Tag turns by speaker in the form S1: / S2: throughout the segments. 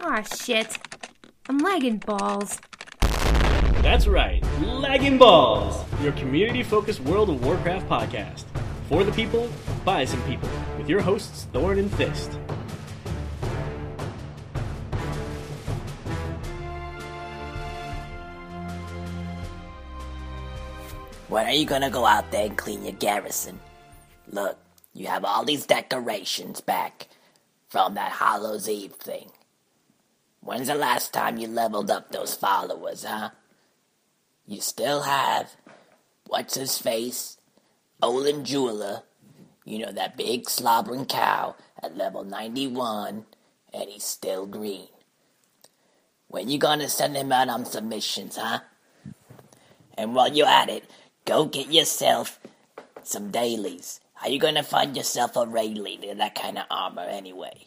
S1: Aw, shit. I'm lagging balls.
S2: That's right, Lagging Balls, your community focused World of Warcraft podcast. For the people, by some people, with your hosts Thorn and Fist.
S3: When are you gonna go out there and clean your garrison? Look, you have all these decorations back from that Hollow's Eve thing. When's the last time you leveled up those followers, huh? You still have what's his face? Olin Jeweler. You know that big slobbering cow at level ninety one and he's still green. When you gonna send him out on submissions, huh? And while you're at it, go get yourself some dailies. How you gonna find yourself a raid leader in that kind of armor anyway?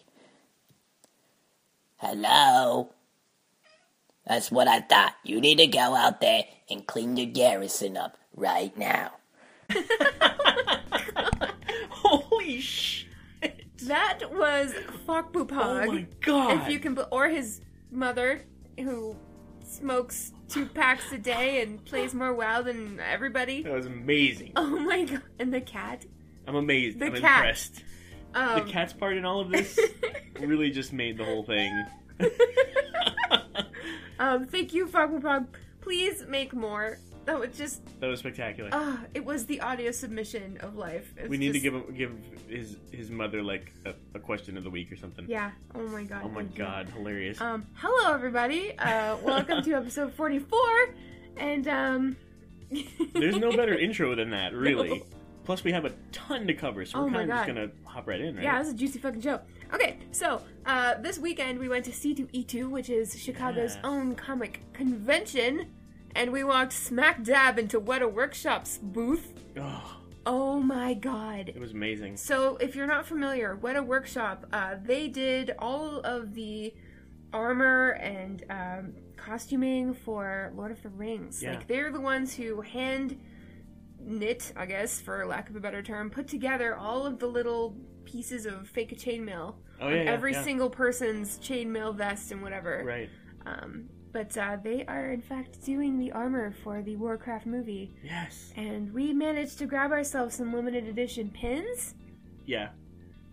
S3: Hello? That's what I thought. You need to go out there and clean your garrison up right now.
S2: Holy sh!
S1: That was Fuck Boop Hog.
S2: Oh my god!
S1: If you can, or his mother, who smokes two packs a day and plays more WoW than everybody.
S2: That was amazing.
S1: Oh my god! And the cat.
S2: I'm amazed.
S1: The
S2: I'm
S1: cat.
S2: impressed. The
S1: Um,
S2: cat's part in all of this really just made the whole thing.
S1: um, thank you, Fuck Boop Hog. Please make more. That was just.
S2: That was spectacular.
S1: Uh, it was the audio submission of life. It
S2: we
S1: was
S2: need to
S1: just-
S2: give him, give his his mother like a, a question of the week or something.
S1: Yeah. Oh my god.
S2: Oh my
S1: thank you.
S2: god, hilarious.
S1: Um, hello everybody. Uh, welcome to episode 44. And um,
S2: There's no better intro than that, really.
S1: No.
S2: Plus, we have a ton to cover, so we're
S1: Oh my
S2: kind of just
S1: God.
S2: gonna hop right in, right?
S1: yeah, it was a juicy fucking show. Okay, so uh, this weekend we went to C2E2, which is Chicago's
S2: Yeah.
S1: own comic convention, and we walked smack dab into Weta Workshop's booth.
S2: Oh,
S1: Oh my god.
S2: it was amazing.
S1: So, if you're not familiar, Weta Workshop, uh, they did all of the armor and um, costuming for Lord of the Rings.
S2: Yeah.
S1: Like, they're the ones who hand knit, I guess, for lack of a better term, put together all of the little pieces of fake chainmail.
S2: Oh
S1: on
S2: yeah, yeah,
S1: every
S2: yeah.
S1: single person's chainmail vest and whatever.
S2: Right.
S1: Um, but uh, they are, in fact, doing the armor for the Warcraft movie.
S2: Yes.
S1: And we managed to grab ourselves some limited edition pins.
S2: Yeah.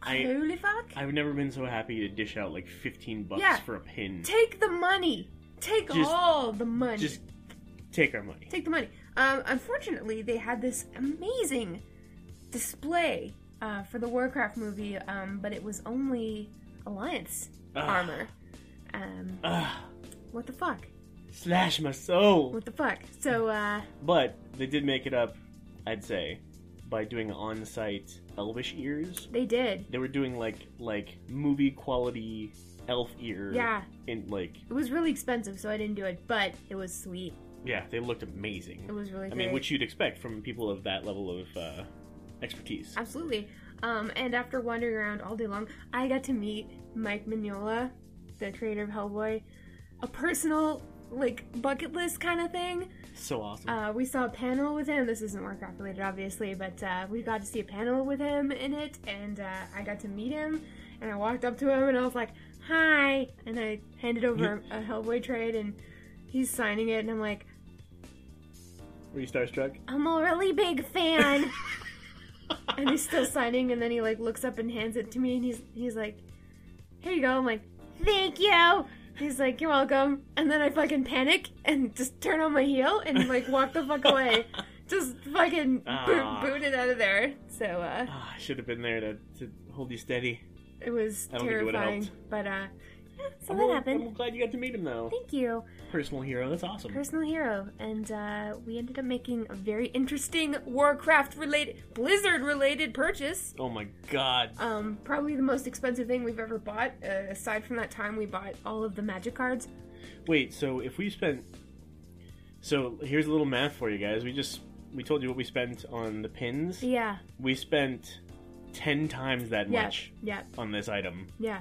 S2: I
S1: Holy fuck!
S2: I've never been so happy to dish out like 15 bucks
S1: Yeah.
S2: for a pin.
S1: Take the money. Take
S2: Just-
S1: all the money.
S2: Just take our money.
S1: Take the money. Um, unfortunately, they had this amazing display uh, for the Warcraft movie, um, but it was only Alliance
S2: Ugh.
S1: armor. Um,
S2: Ah,
S1: what the fuck?
S2: slash my soul.
S1: What the fuck? So, uh,
S2: But they did make it up, I'd say, by doing on-site elvish ears.
S1: they did.
S2: They were doing like like movie quality elf ear.
S1: Yeah,
S2: In like
S1: it was really expensive, so I didn't do it, but it was sweet.
S2: yeah, they looked
S1: It
S2: amazing.
S1: was really
S2: I
S1: great.
S2: mean, which you'd expect from people of that level of uh, expertise.
S1: Absolutely. Um, and after wandering around all day long, I got to meet Mike Mignola, the creator of Hellboy. A personal, like, bucket list kind of thing.
S2: So awesome.
S1: Uh, we saw a panel with him. This isn't Warcraft related, obviously, but uh, we got to see a panel with him in it, and uh, I got to meet him. And I walked up to him and I was like, hi. And I handed over a Hellboy trade, and he's signing it, and I'm like,
S2: Were you starstruck?
S1: I'm a really big fan. and he's still signing, and then he like looks up and hands it to me, and he's he's like, "Here you go." I'm like, "Thank you." He's like, "You're welcome." And then I fucking panic and just turn on my heel and like walk the fuck away, just fucking boot,
S2: Ah.
S1: booted out of there. So uh,
S2: Ah, I should have been there to, to hold you steady.
S1: it was
S2: I don't think it would've
S1: terrifying, but uh, yeah, so that
S2: I'm
S1: happened.
S2: glad you got to meet him though.
S1: Thank you.
S2: Personal hero. That's awesome.
S1: personal hero, and uh, we ended up making a very interesting Warcraft related, Blizzard related purchase.
S2: oh my god.
S1: Um, probably the most expensive thing we've ever bought. Uh, aside from that time, we bought all of the magic cards.
S2: Wait. So if we spent, so here's a little math for you guys. We just we told you what we spent on the pins.
S1: Yeah,
S2: We spent ten times that
S1: yeah,
S2: much
S1: yeah,
S2: on this item.
S1: yeah.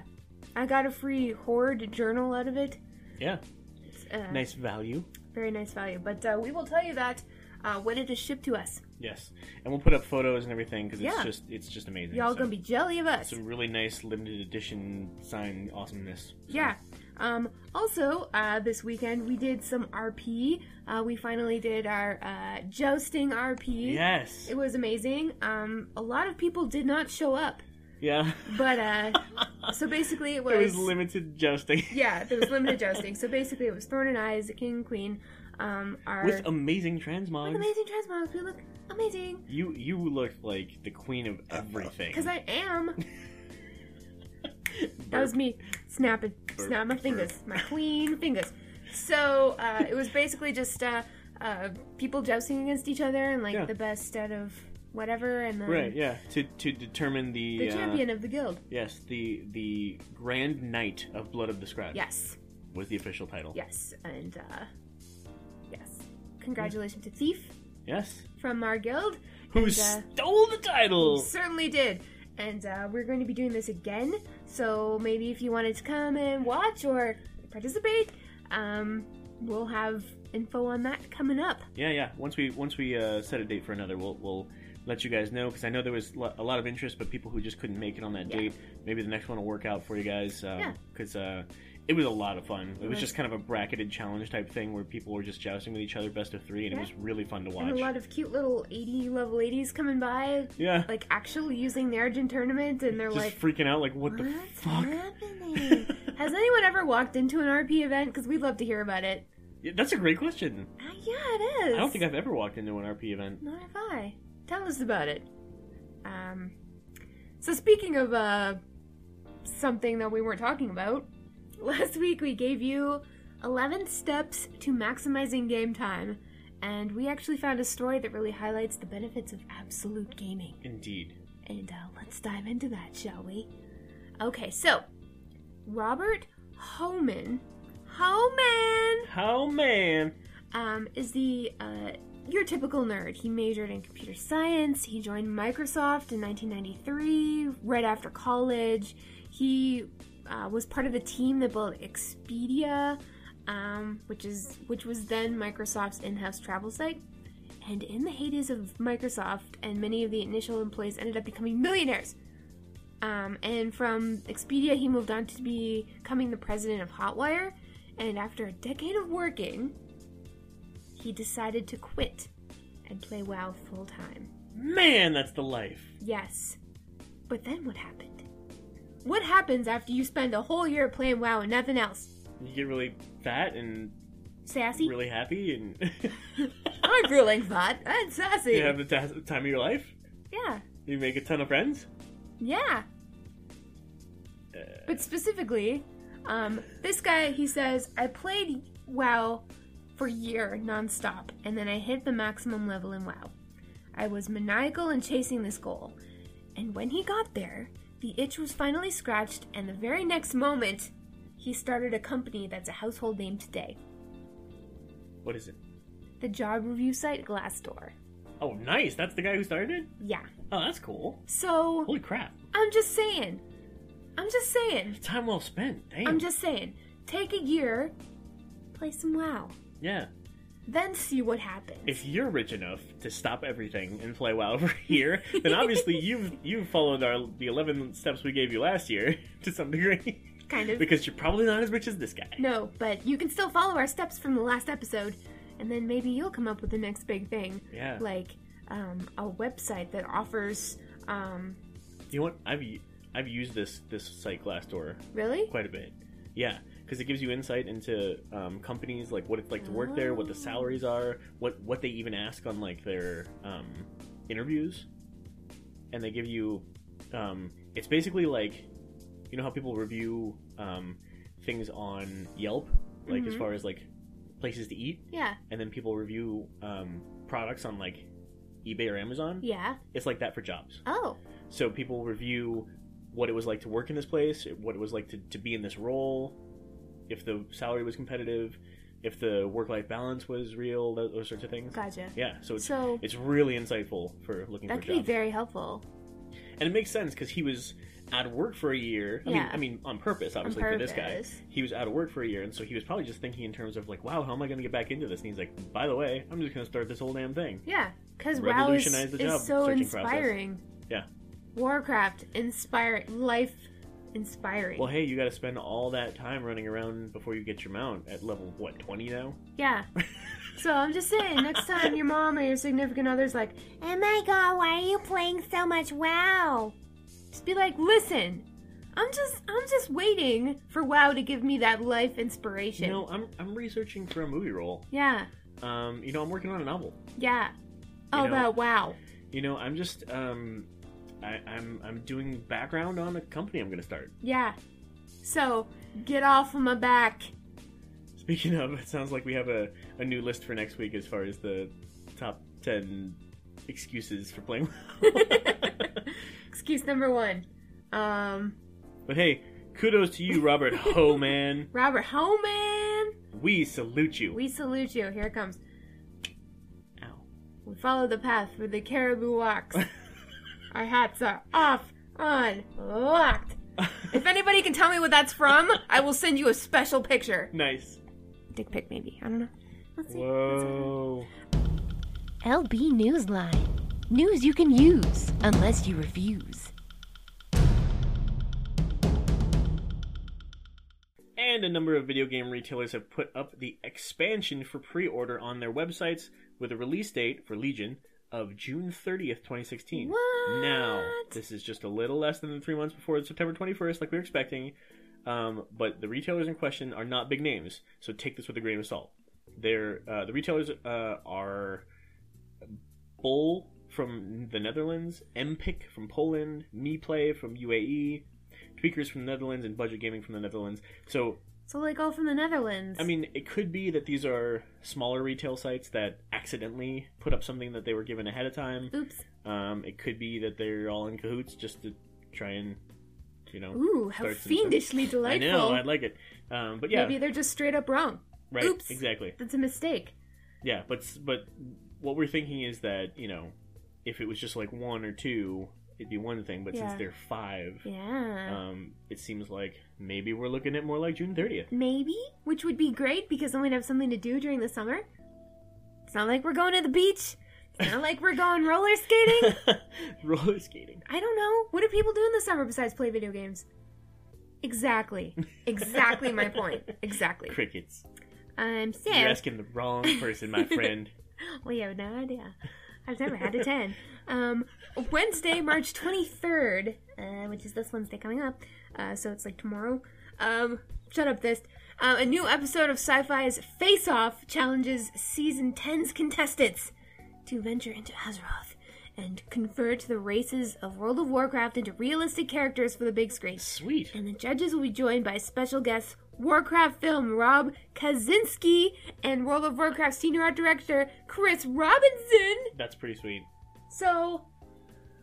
S1: I got a free horde journal out of it.
S2: Yeah.
S1: Uh,
S2: Nice value.
S1: very nice value. But uh, we will tell you that uh, when it is shipped to us,
S2: Yes. And we'll put up photos and everything because it's
S1: Yeah.
S2: just it's just amazing.
S1: y'all
S2: So,
S1: gonna be jelly of us.
S2: some really nice limited edition signed awesomeness.
S1: Yeah. Um, also, uh, this weekend we did some RP. Uh, we finally did our uh, jousting RP.
S2: Yes.
S1: It was amazing. Um, a lot of people did not show up,
S2: yeah.
S1: but uh, so basically it was,
S2: It was limited jousting.
S1: yeah, there was limited jousting. So basically it was Thorn and Eyes, the King and Queen. Um, our
S2: With amazing transmogs.
S1: with amazing transmogs. We look amazing
S2: You you look like the queen of everything.
S1: because I am. That was me snapping,
S2: Burp,
S1: snap my fingers, my queen fingers. So uh, it was basically just uh, uh, people jousting against each other and like
S2: Yeah.
S1: the best out of whatever, and then
S2: Right, yeah. To to determine the,
S1: the
S2: uh,
S1: champion of the guild.
S2: Yes, the the Grand Knight of Blood of the Scribe.
S1: Yes,
S2: Was the official title.
S1: yes, and uh, yes. Congratulations to Thief
S2: Yes.
S1: from our guild.
S2: Who
S1: And, uh,
S2: stole the title?
S1: certainly did. And uh, we're going to be doing this again, so maybe if you wanted to come and watch or participate, um, we'll have info on that coming up.
S2: Yeah, yeah. Once we once we uh, set a date for another, we'll we'll let you guys know because I know there was lo- a lot of interest, but people who just couldn't make it on that
S1: Yeah.
S2: date. Maybe the next one will work out for you guys.
S1: Yeah. Mm-hmm.
S2: Because uh, it was a lot of fun. It was
S1: was.
S2: just kind of a bracketed challenge type thing where people were just jousting with each other, best of three, and it
S1: Yeah.
S2: was really fun to
S1: And a
S2: watch.
S1: lot of cute little 80 level 80s coming by,
S2: yeah.
S1: like actually using the Argent tournament, and they're
S2: just
S1: like,
S2: freaking out, like what, the
S1: What's
S2: fuck?
S1: happening? Has anyone ever walked into an RP event? Because we'd love to hear about it.
S2: Yeah, That's a great question.
S1: Uh, yeah, it is.
S2: I don't think I've ever walked into an RP event.
S1: Nor have I. Tell us about it. Um, so speaking of uh, something that we weren't talking about, last week we gave you 11 steps to maximizing game time, and we actually found a story that really highlights the benefits of absolute gaming.
S2: Indeed.
S1: And uh, let's dive into that, shall we? Okay, so Robert Homan, Homan
S2: How man?
S1: um, is the uh, your typical nerd. He majored in computer science. He joined Microsoft in 1993, right after college. He uh, was part of the team that built Expedia, um, which is which was then Microsoft's in-house travel site. And in the heydays of Microsoft, and many of the initial employees ended up becoming millionaires. Um, and from Expedia, he moved on to becoming the president of Hotwire. And after a decade of working, he decided to quit and play WoW full time.
S2: Man, that's the life.
S1: Yes. But then what happened? What happens after you spend a whole year playing WoW and nothing else?
S2: You get really fat and
S1: Sassy?
S2: really happy, and
S1: I'm grueling fat and sassy.
S2: you have the ta- time of your life.
S1: yeah.
S2: You make a ton of friends.
S1: Yeah. But specifically, um, this guy, he says, I played WoW for a year nonstop, and then I hit the maximum level in WoW. I was maniacal in chasing this goal. And when he got there, the itch was finally scratched, and the very next moment, he started a company that's a household name today
S2: What is it?
S1: the job review site Glassdoor.
S2: Oh, nice. That's the guy who started it.
S1: Yeah.
S2: Oh, that's cool.
S1: So,
S2: Holy crap.
S1: I'm just saying. I'm just saying.
S2: Time well spent. Damn.
S1: I'm just saying, take a year, play some WoW,
S2: Yeah.
S1: then see what happens.
S2: If you're rich enough to stop everything and play WoW over here, then obviously you've you've followed our the 11 steps we gave you last year to some degree,
S1: kind of.
S2: because you're probably not as rich as this guy.
S1: no, but you can still follow our steps from the last episode, and then maybe you'll come up with the next big thing,
S2: Yeah.
S1: like um, a website that offers. Um,
S2: You know what? I've u- I've used this this site Glassdoor
S1: really?
S2: quite a bit. Yeah, because it gives you insight into um, companies, like what it's like to work there, what the salaries are, what what they even ask on like their um, interviews, and they give you. Um, it's basically like, you know how people review um, things on Yelp, like as
S1: Mhm.
S2: far as like places to eat,
S1: Yeah,
S2: and then people review um, products on like eBay or Amazon.
S1: yeah.
S2: It's like that for jobs.
S1: Oh,
S2: So people review what it was like to work in this place, what it was like to, to be in this role, if the salary was competitive, if the work life balance was real, those, those sorts of things.
S1: gotcha.
S2: Yeah, so it's,
S1: So
S2: it's really insightful for looking
S1: that
S2: for
S1: could be
S2: jobs.
S1: very helpful.
S2: and it makes sense because he was out of work for a year. I mean,
S1: Yeah.
S2: I mean on purpose, obviously, for this guy.
S1: purpose.
S2: He was out of work for a year, and so he was probably just thinking in terms of like, wow, how am I going to get back into this? And he's like, by the way, I'm just going to start this whole damn thing.
S1: Yeah, because WoW is,
S2: Revolutionize the
S1: is
S2: job
S1: so
S2: searching process.
S1: inspiring.
S2: Yeah.
S1: Warcraft, inspire life, inspiring.
S2: Well, hey, you got to spend all that time running around before you get your mount at level what twenty now.
S1: Yeah. So I'm just saying, next time your mom or your significant other's like, "Oh my god, why are you playing so much WoW?" Just be like, "Listen, I'm just I'm just waiting for WoW to give me that life inspiration."
S2: You know, I'm I'm researching for a movie role.
S1: yeah,
S2: Um, you know, I'm working on a novel.
S1: yeah. All
S2: know-
S1: about WoW.
S2: You know, I'm just um, I, I'm I'm doing background on a company I'm gonna start.
S1: Yeah. So get off of my back.
S2: Speaking of, it sounds like we have a, a new list for next week as far as the top ten excuses for playing.
S1: Excuse number one. Um,
S2: but hey, kudos to you, Robert Ho man.
S1: Robert Homan,
S2: We salute you.
S1: we salute you. Here it comes.
S2: Ow.
S1: We follow the path where the caribou walks. Our hats are off, on, locked. If anybody can tell me what that's from, I will send you a special picture.
S2: Nice.
S1: Dick pic, maybe. I don't know. Let's see.
S2: Whoa.
S4: LB Newsline. News you can use, unless you refuse.
S2: And a number of video game retailers have put up the expansion for pre order on their websites with a release date for Legion of June 30th, 2016.
S1: What?
S2: Now, this is just a little less than three months before September 21st, like we were expecting. Um, but the retailers in question are not big names, so take this with a grain of salt. They're, uh, the retailers uh, are Bull from the Netherlands, MPIC from Poland, MePlay from UAE, Tweakers from the Netherlands, and Budget Gaming from the Netherlands. So
S1: So like all from the Netherlands.
S2: I mean, it could be that these are smaller retail sites that accidentally put up something that they were given ahead of time.
S1: oops.
S2: Um, it could be that they're all in cahoots just to try and, you know.
S1: Ooh, how
S2: start some-
S1: fiendishly
S2: I
S1: delightful.
S2: know, I like it. Um, but yeah,
S1: Maybe they're just straight up wrong.
S2: right,
S1: oops.
S2: exactly.
S1: That's a mistake.
S2: Yeah, but s- but what we're thinking is that you know, if it was just like one or two, it'd be one thing. But
S1: Yeah.
S2: since they're five,
S1: Yeah.
S2: um, it seems like maybe we're looking at more like June thirtieth.
S1: Maybe, which would be great because then we'd have something to do during the summer. It's not like we're going to the beach. It's not like we're going roller skating.
S2: Roller skating.
S1: I don't know. What do people do in the summer besides play video games? Exactly. Exactly my point. Exactly.
S2: Crickets.
S1: I'm sick.
S2: You're asking the wrong person, my friend.
S1: Well, you have no idea. I've never had a 10. Um, Wednesday, March 23rd, uh, which is this Wednesday coming up, uh, so it's like tomorrow. Um, shut up, this. Uh, a new episode of Sci Fi's Face Off challenges Season 10's contestants to venture into Azeroth and convert the races of World of Warcraft into realistic characters for the big screen.
S2: Sweet.
S1: And the judges will be joined by special guests Warcraft film Rob Kaczynski and World of Warcraft senior art director Chris Robinson.
S2: That's pretty sweet.
S1: So,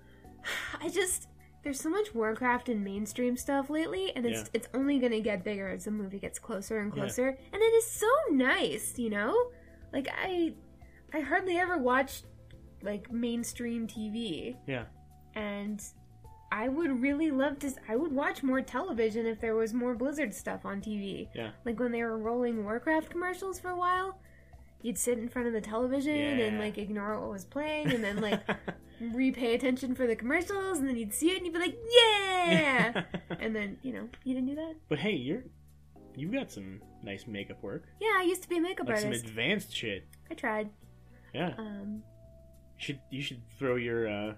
S1: I just there's so much Warcraft and mainstream stuff lately, and it's
S2: Yeah.
S1: it's only gonna get bigger as the movie gets closer and closer. And it is so nice, you know. Like I, I hardly ever watch like mainstream TV
S2: Yeah.
S1: and I would really love to. I would watch more television if there was more Blizzard stuff on TV.
S2: Yeah.
S1: Like when they were rolling Warcraft commercials for a while, you'd sit in front of the television and
S2: Yeah.
S1: like ignore what was paying, and then like repay attention for the commercials, and then you'd see it and you'd be like, "Yeah!" and then you know you didn't do that.
S2: but hey, you're you got some nice makeup work.
S1: Yeah, I used to be a makeup
S2: Like some
S1: artist.
S2: advanced shit.
S1: I tried.
S2: Yeah.
S1: Um,
S2: should you should throw your uh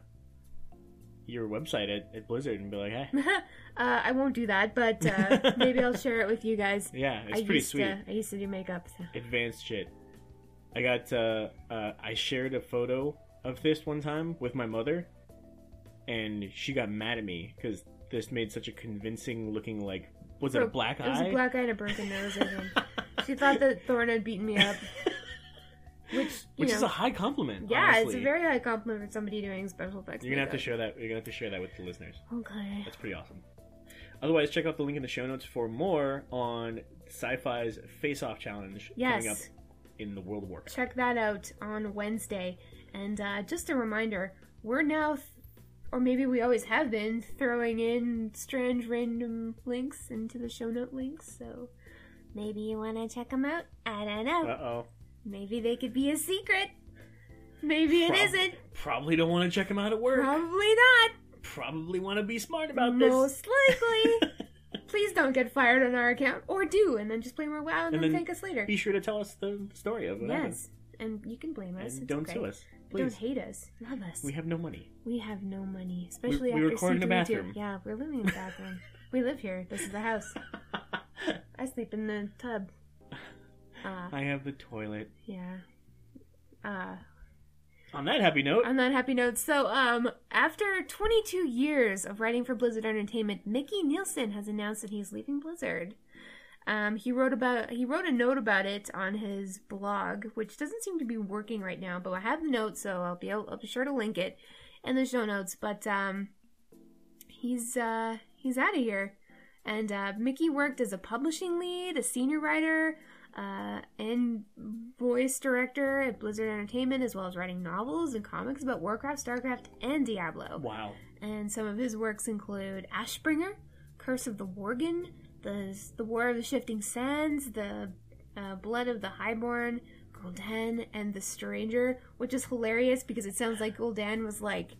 S2: your website at, at Blizzard and be like, hey.
S1: uh, I won't do that, but uh, maybe I'll share it with you guys.
S2: Yeah, it's
S1: I
S2: pretty
S1: used
S2: sweet.
S1: To, I used to do makeup. So.
S2: Advanced shit. I got uh, uh I shared a photo of this one time with my mother and she got mad at me cuz this made such a convincing looking like was it a
S1: Broke-
S2: black
S1: It was
S2: eye?
S1: a black eye and a broken nose. I think. she thought that Thorn had beaten me up, which you
S2: Which
S1: know,
S2: is a high compliment.
S1: yeah,
S2: honestly.
S1: it's a very high compliment for somebody doing special effects.
S2: You're gonna have
S1: makeup.
S2: to
S1: Oh,
S2: share that. You're gonna have to share that with the listeners.
S1: Okay.
S2: That's pretty awesome. Otherwise, check out the link in the show notes for more on Sci-Fi's Face Off Challenge coming up
S1: Yes,
S2: in the World of Warcraft.
S1: check that out on Wednesday. And uh, just a reminder, we're now, th- or maybe we always have been, throwing in strange random links into the show note links. So maybe you want to check them out. I don't know.
S2: Uh oh.
S1: maybe they could be a secret. Maybe it
S2: Prob-
S1: not
S2: Probably don't want to check them out at work.
S1: Probably not.
S2: probably want to be smart about this.
S1: Most likely. Please don't get fired on our account, or do, and then just blame our wow and,
S2: And
S1: then
S2: then
S1: thank us later.
S2: Be sure to tell us the story of what happened.
S1: Yes, and you can blame us.
S2: And
S1: it's
S2: don't
S1: okay.
S2: sue us,
S1: Don't
S2: please.
S1: hate us. Love us.
S2: We have no money.
S1: We have no money, especially
S2: we
S1: after
S2: record in a
S1: C3PO.
S2: bathroom.
S1: Yeah, we're living in a bathroom. we live here. This is the house. I sleep in the tub. Uh,
S2: I have the toilet.
S1: yeah. Uh,
S2: On that happy note,
S1: on that happy note, so um, after 22 years of writing for Blizzard Entertainment, Mickey Nielsen has announced that he's leaving Blizzard. Um, he wrote about he wrote a note about it on his blog, which doesn't seem to be working right now. But I have the note, so I'll be able, I'll be sure to link it in the show notes. But um, he's uh, he's out of here, and uh, Mickey worked as a publishing lead, a senior writer, uh, and voice director at Blizzard Entertainment, as well as writing novels and comics about Warcraft, Starcraft, and Diablo.
S2: wow.
S1: And some of his works include Ashbringer, Curse of the Worgen, the, the War of the Shifting Sands, The uh, Blood of the Highborn, Gul'dan, and The Stranger, which is hilarious because it sounds like Gul'dan was like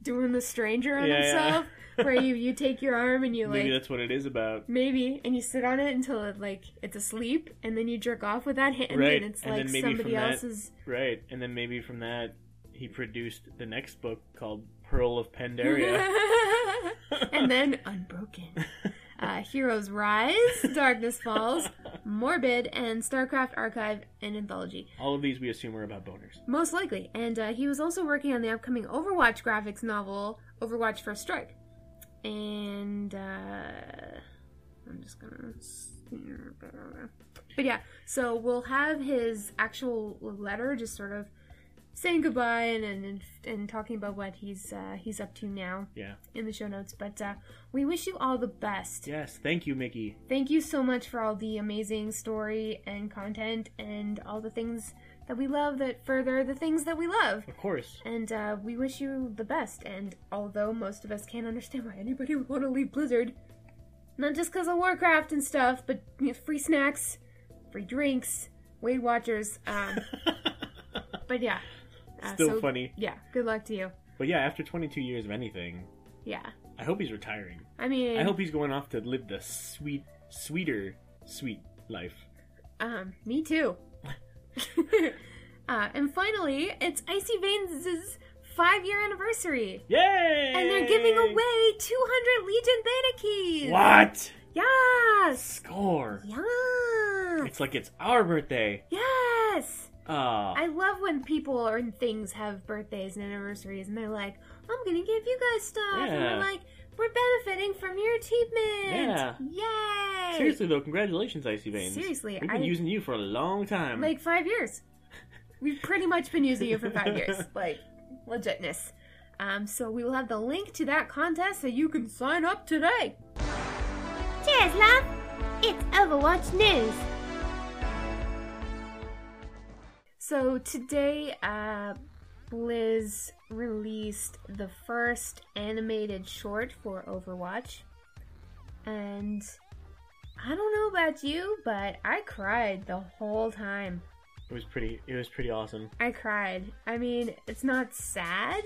S1: doing The Stranger on
S2: Yeah, yeah.
S1: himself, where you, you take your arm and you like.
S2: Maybe that's what it is about.
S1: Maybe, and you sit on it until it like it's asleep, and then you jerk off with that hand,
S2: Right,
S1: and it's
S2: and
S1: like
S2: then maybe
S1: somebody
S2: from that-
S1: else's.
S2: Right. And then maybe from that, he produced the next book called Pearl of Pandaria.
S1: and then Unbroken, uh, Heroes Rise, Darkness Falls, Morbid, and Starcraft Archive and Anthology,
S2: All of these we assume are about boners.
S1: most likely. And uh, he was also working on the upcoming Overwatch graphics novel, Overwatch First Strike. And uh, I'm just gonna. But yeah, so we'll have his actual letter, just sort of saying goodbye and and, and talking about what he's uh, he's up to now
S2: Yeah.
S1: in the show notes. But uh, we wish you all the best.
S2: Yes. Thank you, Mickey.
S1: Thank you so much for all the amazing story and content and all the things that we love that further the things that we love.
S2: Of course.
S1: And uh, we wish you the best. And although most of us can't understand why anybody would want to leave Blizzard, not just because of Warcraft and stuff, but you know, free snacks, free drinks, Weight Watchers. Um, but yeah. Uh,
S2: Still funny.
S1: Yeah. Good luck to you.
S2: But yeah, after 22 years of anything,
S1: Yeah.
S2: I hope he's retiring.
S1: I mean,
S2: I hope he's going off to live the sweet, sweeter, sweet life.
S1: Um, me too. uh, and finally, it's Icy Veins' five year anniversary.
S2: Yay!
S1: And they're giving away 200 Legion Theta keys!
S2: What?
S1: Yes!
S2: Score!
S1: Yeah!
S2: It's like it's our birthday.
S1: Yes!
S2: Oh,
S1: I love when people or things have birthdays and anniversaries and they're like, I'm gonna give you guys stuff. And
S2: Yeah.
S1: we're like, we're benefiting from your achievement! Yay!
S2: seriously though, congratulations, Icy Veins.
S1: Seriously,
S2: we've been
S1: I-
S2: using you for a long time.
S1: like five years. We've pretty much been using you for five years, like legitness. Um, so we will have the link to that contest so you can sign up today.
S4: Cheers, love! It's Overwatch News!
S1: So today, uh, Blizz released the first animated short for Overwatch, and I don't know about you, but I cried the whole time.
S2: it was pretty. It was pretty awesome.
S1: I cried. I mean, it's not sad,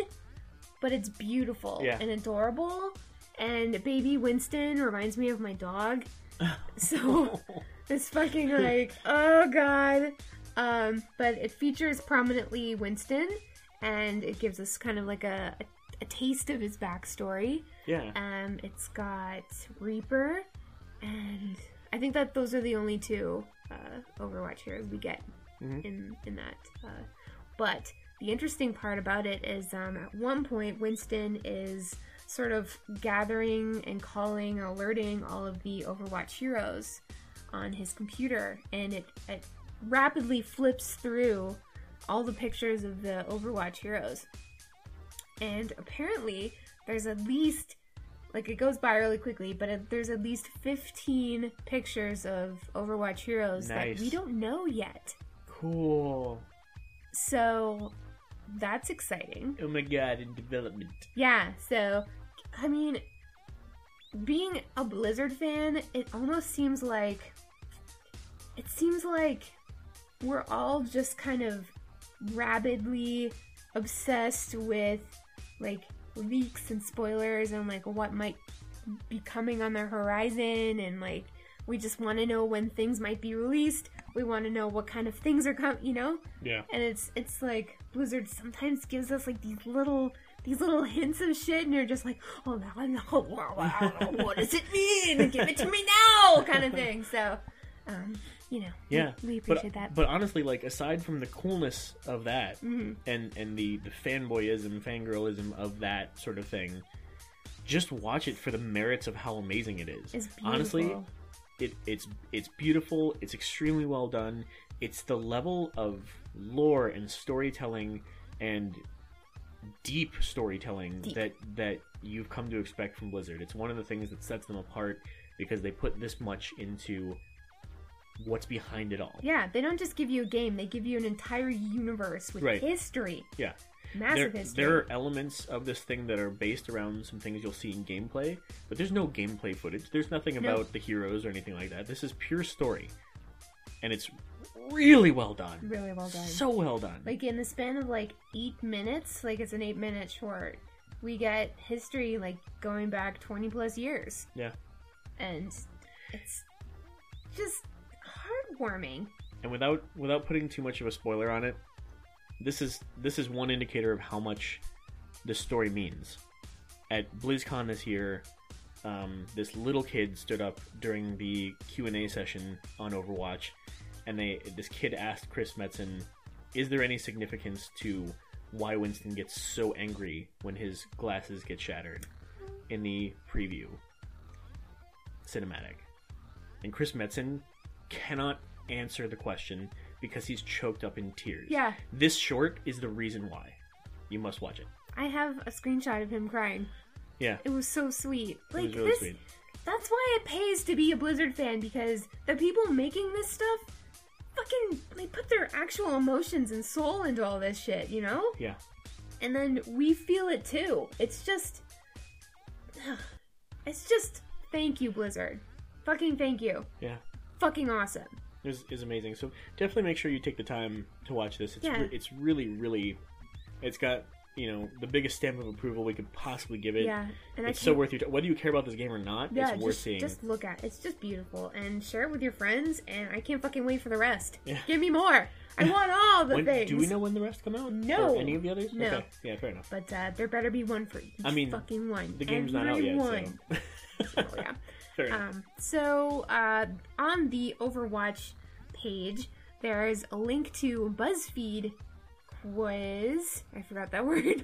S1: but it's beautiful
S2: Yeah.
S1: and adorable. And baby Winston reminds me of my dog. So it's fucking like, oh god. Um, but it features prominently Winston, and it gives us kind of like a, a, a taste of his backstory.
S2: Yeah.
S1: Um, it's got Reaper, and I think that those are the only two uh, Overwatch heroes we get
S2: Mhm.
S1: in in that. Uh, but the interesting part about it is, um, at one point, Winston is sort of gathering and calling, alerting all of the Overwatch heroes on his computer, and it, it rapidly flips through all the pictures of the Overwatch heroes. And apparently, there's at least like it goes by really quickly, but it, there's at least 15 pictures of Overwatch heroes
S2: Nice.
S1: that we don't know yet.
S2: cool.
S1: So that's exciting.
S2: Oh my god! In development.
S1: Yeah, so I mean being a Blizzard fan, it almost seems like it seems like we're all just kind of rabidly obsessed with like leaks and spoilers and like what might be coming on the horizon and like we just want to know when things might be released. We want to know what kind of things are coming, you know?
S2: Yeah.
S1: And it's it's like Blizzard sometimes gives us like these little these little hints of shit, and you're just like, oh no, I know what does it mean? Give it to me now, kind of thing. So, um, you know, we-
S2: Yeah,
S1: we,
S2: but-
S1: appreciate that. Mm-hmm.
S2: But honestly, like aside from the coolness of that, and and the the fanboyism, fangirlism of that sort of thing, just watch it for the merits of how amazing it is.
S1: It's
S2: Honestly,
S1: beautiful.
S2: it it's it's beautiful. It's extremely well done. It's the level of lore and storytelling and deep storytelling that that you've come to expect from Blizzard. It's one of the things that sets them apart because they put this much into what's behind it all.
S1: yeah, they don't just give you a game; they give you an entire universe with
S2: Right.
S1: history,
S2: Yeah. There,
S1: massive history.
S2: there are elements of this thing that are based around some things you'll see in gameplay, but there's no gameplay footage. There's nothing about the heroes or anything like that. This is pure story. And it's really well done.
S1: really well done.
S2: So well done.
S1: like in the span of like eight minutes, like it's an eight-minute short. We get history like going back twenty plus years.
S2: yeah.
S1: and it's just heartwarming.
S2: And without without putting too much of a spoiler on it, this is this is one indicator of how much this story means. At BlizzCon this year, um, this little kid stood up during the Q and A session on Overwatch, and they this kid asked Chris Metzen, "Is there any significance to why Winston gets so angry when his glasses get shattered in the preview cinematic?" And Chris Metzen cannot answer the question because he's choked up in tears.
S1: Yeah.
S2: this short is the reason why. You must watch it.
S1: I have a screenshot of him crying.
S2: Yeah,
S1: It was so sweet.
S2: it
S1: Like
S2: was really
S1: this
S2: sweet.
S1: that's why it pays to be a Blizzard fan because the people making this stuff fucking they put their actual emotions and soul into all this shit, you know?
S2: Yeah.
S1: And then we feel it too. It's just it's just thank you Blizzard. Fucking thank you.
S2: Yeah,
S1: Fucking awesome.
S2: is is amazing. So definitely make sure you take the time to watch this. It's
S1: Yeah.
S2: re- it's really really, it's got you know the biggest stamp of approval we could possibly give it.
S1: yeah. And I
S2: it's so
S1: can't-
S2: worth your t- whether you care about this game or not.
S1: Yeah,
S2: it's worth
S1: just,
S2: seeing.
S1: just look at it. It's just beautiful. And share it with your friends, and I can't fucking wait for the rest.
S2: Yeah.
S1: Give me more. I want all the
S2: When-
S1: things.
S2: do we know when the rest come out?
S1: No.
S2: Or any of the others?
S1: No.
S2: Okay. Yeah, fair enough.
S1: But uh, there better be one for each
S2: I mean,
S1: fucking one.
S2: The game's not out yet,
S1: Everyone.
S2: so
S1: Oh, yeah.
S2: fair enough.
S1: Um, so uh, on the Overwatch page, there is a link to BuzzFeed quiz. I forgot that word.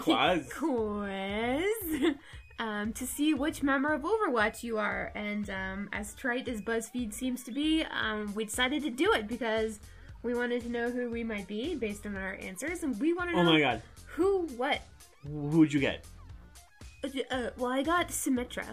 S2: Quiz.
S1: quiz. Um, to see which member of Overwatch you are, and um, as trite as BuzzFeed seems to be, um, we decided to do it because we wanted to know who we might be based on our answers, and we want to
S2: Oh
S1: know
S2: my god,
S1: who what.
S2: who'd you get?
S1: Uh, uh, well, I got Symmetra.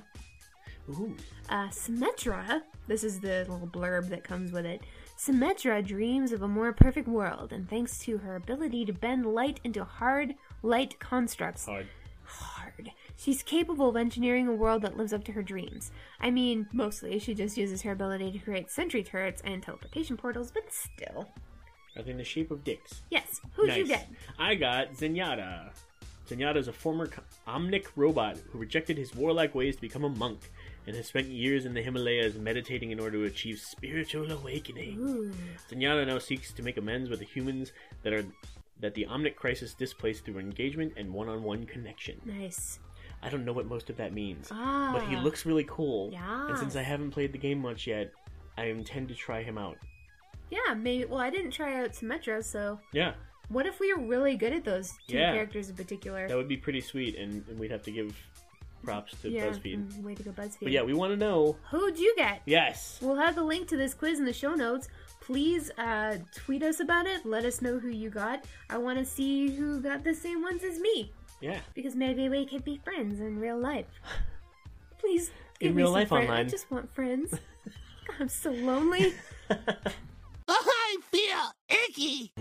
S2: Ooh.
S1: Uh, Symmetra, this is the little blurb that comes with it. Symmetra dreams of a more perfect world, and thanks to her ability to bend light into hard, light constructs,
S2: Hard.
S1: hard, she's capable of engineering a world that lives up to her dreams. I mean, mostly she just uses her ability to create sentry turrets and teleportation portals, but still.
S2: I think the shape of dicks.
S1: Yes, who'd you
S2: Nice.
S1: get?
S2: I got Zenyatta. Zenyatta is a former co- omnic robot who rejected his warlike ways to become a monk and has spent years in the Himalayas meditating in order to achieve spiritual awakening. Zenyatta now seeks to make amends with the humans that are that the omnic crisis displaced through engagement and one-on-one connection.
S1: Nice.
S2: I don't know what most of that means,
S1: Ah.
S2: but he looks really cool. And since
S1: Yes.
S2: I haven't played the game much yet, I intend to try him out.
S1: Yeah, maybe. Well, I didn't try out Symmetra, so
S2: Yeah,
S1: what if we were really good at those two
S2: Yeah.
S1: characters in particular?
S2: that would be pretty sweet, and, and we'd have to give props to
S1: yeah,
S2: BuzzFeed.
S1: mm, way to go, BuzzFeed.
S2: But yeah, we want to know.
S1: Who'd you get?
S2: Yes.
S1: We'll have the link to this quiz in the show notes. Please uh, tweet us about it. Let us know who you got. I want to see who got the same ones as me
S2: Yeah.
S1: because maybe we could be friends in real life. Please give
S2: In
S1: me
S2: real
S1: some
S2: life
S1: friends.
S2: online.
S1: I just want friends. God, I'm so lonely.
S5: I feel icky.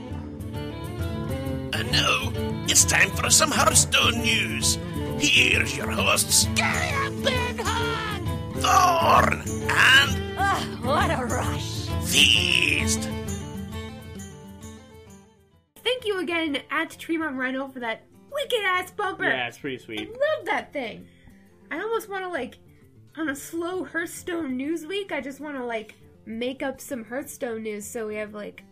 S5: And now, it's time for some Hearthstone news. Here's your hosts, Gillian Benhan, Thorn, and
S4: what a rush!
S5: Feast.
S1: Thank you again at Tremont Rhino for that wicked ass bumper.
S2: Yeah, it's pretty
S1: I
S2: sweet.
S1: love that thing. I almost want to like on a slow Hearthstone news week. I just want to like make up some Hearthstone news so we have like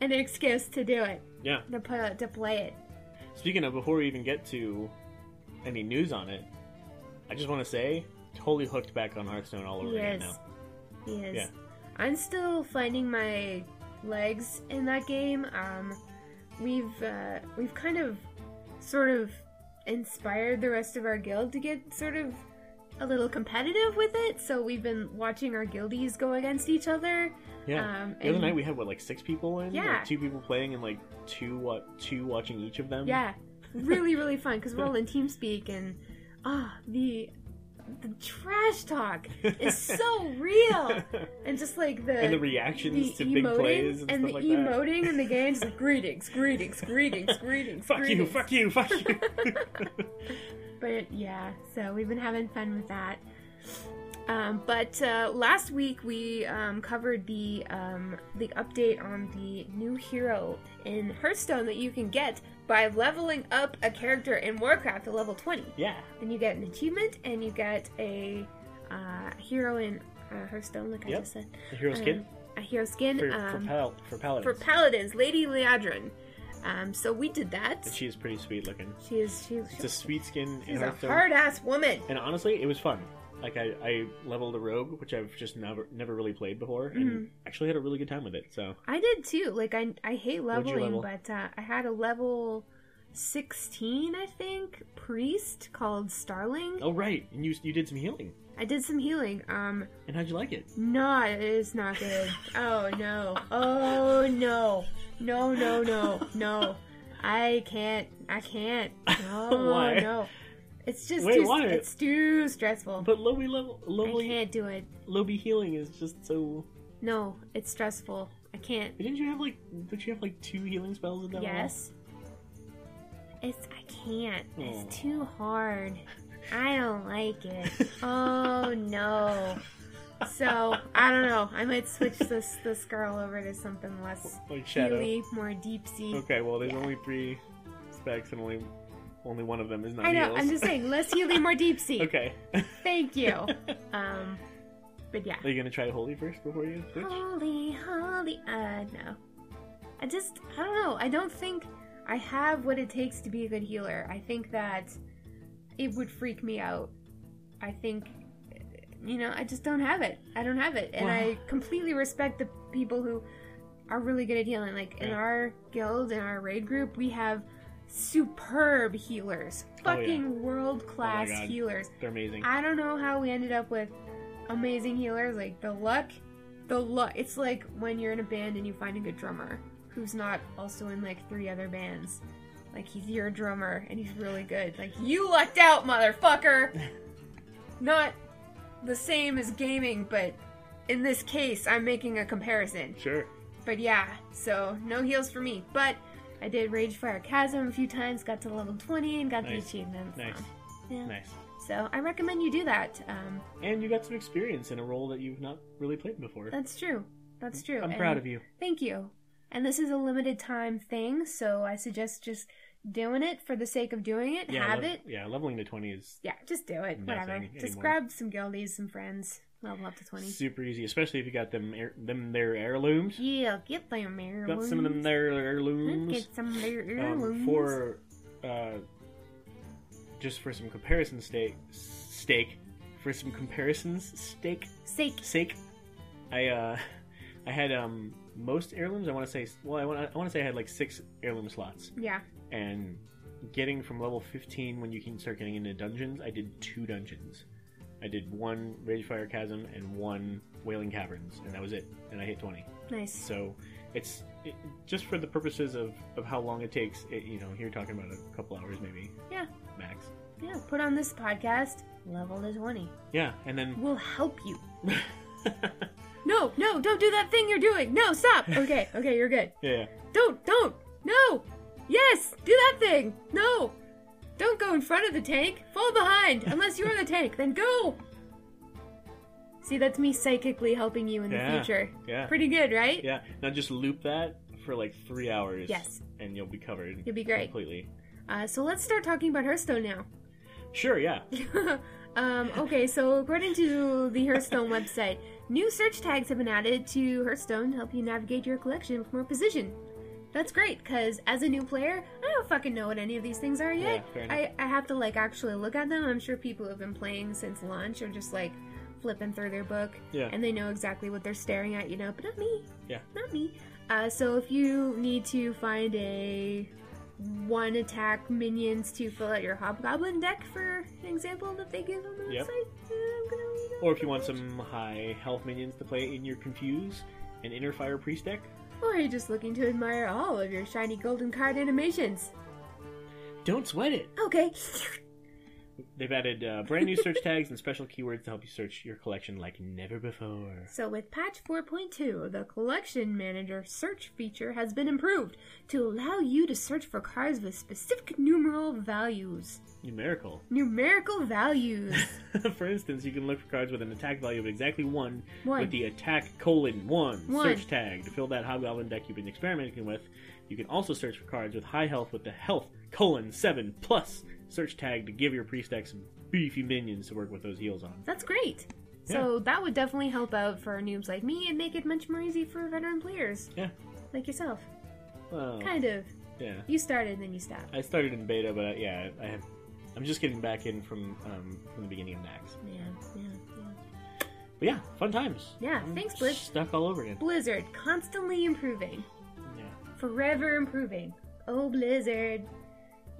S1: an excuse to do it
S2: Yeah.
S1: to put it to play it.
S2: Speaking of, before we even get to any news on it, I just want to say, totally hooked back on Hearthstone all over
S1: Yes,
S2: again now.
S1: he is.
S2: Yeah.
S1: I'm still finding my legs in that game. Um, we've uh, we've kind of sort of inspired the rest of our guild to get sort of a little competitive with it. So we've been watching our guildies go against each other.
S2: Yeah.
S1: Um,
S2: the other
S1: and-
S2: night we had what, like six people in?
S1: Yeah.
S2: Like two people playing and like two what two watching each of them.
S1: Yeah, really, really fun because we're all in TeamSpeak and ah, the the trash talk is so real and just like the
S2: And the reactions to big plays and,
S1: the
S2: stuff like that.
S1: emoting in the game, just like greetings, greetings, greetings, greetings,
S2: Fuck you,
S1: greetings.
S2: fuck you, fuck you.
S1: But yeah, so we've been having fun with that. Um, but uh, last week we um, covered the um, the update on the new hero in Hearthstone that you can get by leveling up a character in Warcraft to level twenty.
S2: yeah.
S1: Then you get an achievement and you get a uh, hero in uh, Hearthstone, like I
S2: Yep.
S1: just said.
S2: The hero skin
S1: Um, a hero skin
S2: for,
S1: um,
S2: for, pal- for paladins.
S1: for paladins, Lady Leodrin. Um, so we did that.
S2: and she is pretty sweet looking.
S1: She is she,
S2: It's a sweet skin in
S1: she's a
S2: Hearthstone.
S1: hard ass woman.
S2: and honestly, it was fun. Like I, I leveled a rogue, which I've just never never really played before, and
S1: Mm-hmm.
S2: actually had a really good time with it. So
S1: I did too. Like I I hate
S2: What'd you
S1: leveling,
S2: level?
S1: but uh, I had a level sixteen, I think, priest called Starling.
S2: oh right, and you you did some healing.
S1: I did some healing. Um,
S2: And how'd you like it?
S1: not it is not good. oh no. Oh no. No no no no. I can't. I can't. No
S2: Why?
S1: no. It's just
S2: Wait,
S1: too,
S2: why?
S1: It's too stressful.
S2: But low level
S1: I
S2: lowly
S1: can't do it.
S2: lowly healing is just so.
S1: No, it's stressful. I can't.
S2: Didn't you have like? Did you have like two healing spells in that? level?
S1: Yes. It's I can't.
S2: Oh.
S1: It's too hard. I don't like it. oh no. So I don't know. I might switch this this girl over to something less
S2: Like shadow.
S1: really more deep sea.
S2: Okay, well there's only three specs, and only only one of them is not
S1: I know.
S2: heals.
S1: I'm just saying less healing, more deep sea.
S2: okay.
S1: Thank you. Um, but yeah.
S2: Are you gonna try holy first before you switch?
S1: Holy, holy, uh, no. I just, I don't know. I don't think I have what it takes to be a good healer. I think that it would freak me out. I think, you know, I just don't have it. I don't have it. And I completely respect the people who are really good at healing. Like in
S2: Yeah.
S1: our guild, in our raid group, we have superb healers.
S2: Oh, yeah. Oh
S1: Fucking world class
S2: God.
S1: healers.
S2: They're amazing.
S1: I don't know how we ended up with amazing healers. Like the luck, the luck. It's like when you're in a band and you find a good drummer who's not also in like three other bands. Like he's your drummer and he's really good. Like you lucked out, motherfucker. not the same as gaming, but in this case, I'm making a comparison.
S2: Sure.
S1: But yeah, so no heals for me. But I did Rage Fire Chasm a few times, got to level 20, and got
S2: Nice.
S1: the achievements.
S2: Nice.
S1: Yeah.
S2: Nice.
S1: So I recommend you do that. Um,
S2: And you got some experience in a role that you've not really played before.
S1: that's true. That's true.
S2: I'm
S1: And
S2: proud of you.
S1: Thank you. And this is a limited time thing, so I suggest just doing it for the sake of doing it.
S2: Yeah,
S1: Have
S2: lev-
S1: it.
S2: Yeah, leveling to twenty is
S1: Yeah, just do it. Whatever.
S2: Nothing
S1: Just
S2: anymore.
S1: grab some guildies, some friends, level up to twenty.
S2: super easy, especially if you got them air, them their heirlooms.
S1: Yeah, get them heirlooms.
S2: Got some of them their heirlooms.
S1: Get some of their heirlooms.
S2: Um, for uh, just for some comparison stake, stake for some comparisons stake
S1: sake.
S2: sake, I uh, I had um most heirlooms. I want to say well, I want I want to say I had like six heirloom slots,
S1: Yeah.
S2: and getting from level fifteen when you can start getting into dungeons. I did two dungeons. I did one Rage Fire Chasm and one Wailing Caverns, and that was it. And I hit twenty.
S1: Nice.
S2: So it's it, just for the purposes of, of how long it takes. It, you know, you're talking about a couple hours maybe
S1: Yeah.
S2: max.
S1: Yeah. Put on this podcast. Level to twenty.
S2: Yeah, and then
S1: We'll help you. No, no, don't do that thing you're doing. No, stop. Okay, okay, you're good.
S2: yeah,
S1: Don't, don't, no! Yes, do that thing! No! Don't go in front of the tank! Fall behind! Unless you're the tank, then go! See, that's me psychically helping you in the
S2: Yeah,
S1: future.
S2: yeah.
S1: Pretty good, right?
S2: yeah. Now just loop that for like three hours.
S1: Yes.
S2: and you'll be covered.
S1: You'll be great.
S2: completely.
S1: Uh, so let's start talking about Hearthstone now.
S2: Sure, yeah.
S1: Um, okay, so according to the Hearthstone website, new search tags have been added to Hearthstone to help you navigate your collection from a position. That's great, because as a new player, I don't fucking know what any of these things are yet.
S2: Yeah, fair enough.
S1: I, I have to, like, actually look at them. I'm sure people who have been playing since launch are just, like, flipping through their book,
S2: Yeah.
S1: and they know exactly what they're staring at, you know, but not me
S2: Yeah.
S1: not me. Uh, so if you need to find a one attack minions to fill out your hobgoblin deck, for an example that they give on the
S2: Yep.
S1: website, uh, I'm gonna read it.
S2: Or if you want some high health minions to play in your Confuse and Inner Fire Priest deck,
S1: Or you're just looking to admire all of your shiny golden card animations.
S2: don't sweat it.
S1: Okay.
S2: They've added uh, brand new search tags and special keywords to help you search your collection like never before.
S1: So with patch 4.2, the collection manager search feature has been improved to allow you to search for cards with specific numeral values.
S2: Numerical.
S1: Numerical values.
S2: for instance, you can look for cards with an attack value of exactly one,
S1: One.
S2: with the attack colon one,
S1: One.
S2: search tag to fill that hobgoblin deck you've been experimenting with. You can also search for cards with high health with the health colon seven plus search tag to give your priest deck some beefy minions to work with those heals on.
S1: That's great. So that would definitely help out for noobs like me and make it much more easy for veteran players
S2: Yeah.
S1: like yourself.
S2: Well,
S1: Kind of.
S2: yeah.
S1: You started and then you stopped.
S2: I started in beta, but uh, yeah, I have, I'm just getting back in from um, from the beginning of Nax.
S1: Yeah, yeah, yeah.
S2: But yeah, fun times.
S1: Yeah, thanks, Blitz.
S2: Stuck all over again.
S1: Blizzard constantly improving,
S2: Yeah.
S1: forever improving. Oh, Blizzard,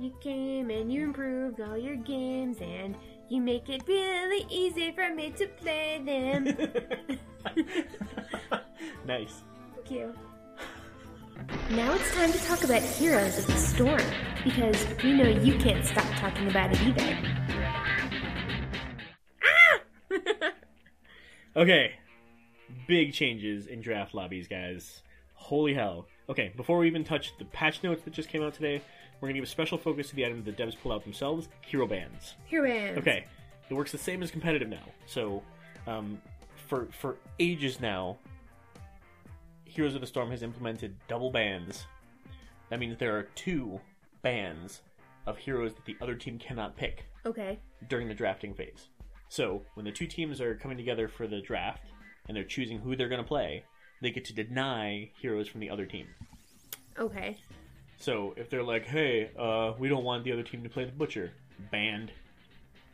S1: you came and you improved all your games and you make it really easy for me to play them.
S2: nice.
S1: Thank you.
S4: Now it's time to talk about Heroes of the Storm, because we know you can't stop talking about it either.
S2: Okay. Big changes in draft lobbies, guys. Holy hell. Okay, before we even touch the patch notes that just came out today, we're going to give a special focus to the item that the devs pulled out themselves hero bands.
S1: Here we am.
S2: Okay, it works the same as competitive now. So, um, for for ages now, Heroes of the Storm has implemented double bans. That means there are two bans of heroes that the other team cannot pick
S1: Okay.
S2: during the drafting phase. So, when the two teams are coming together for the draft and they're choosing who they're going to play, they get to deny heroes from the other team.
S1: Okay.
S2: So if they're like, "Hey, uh, we don't want the other team to play the butcher," banned,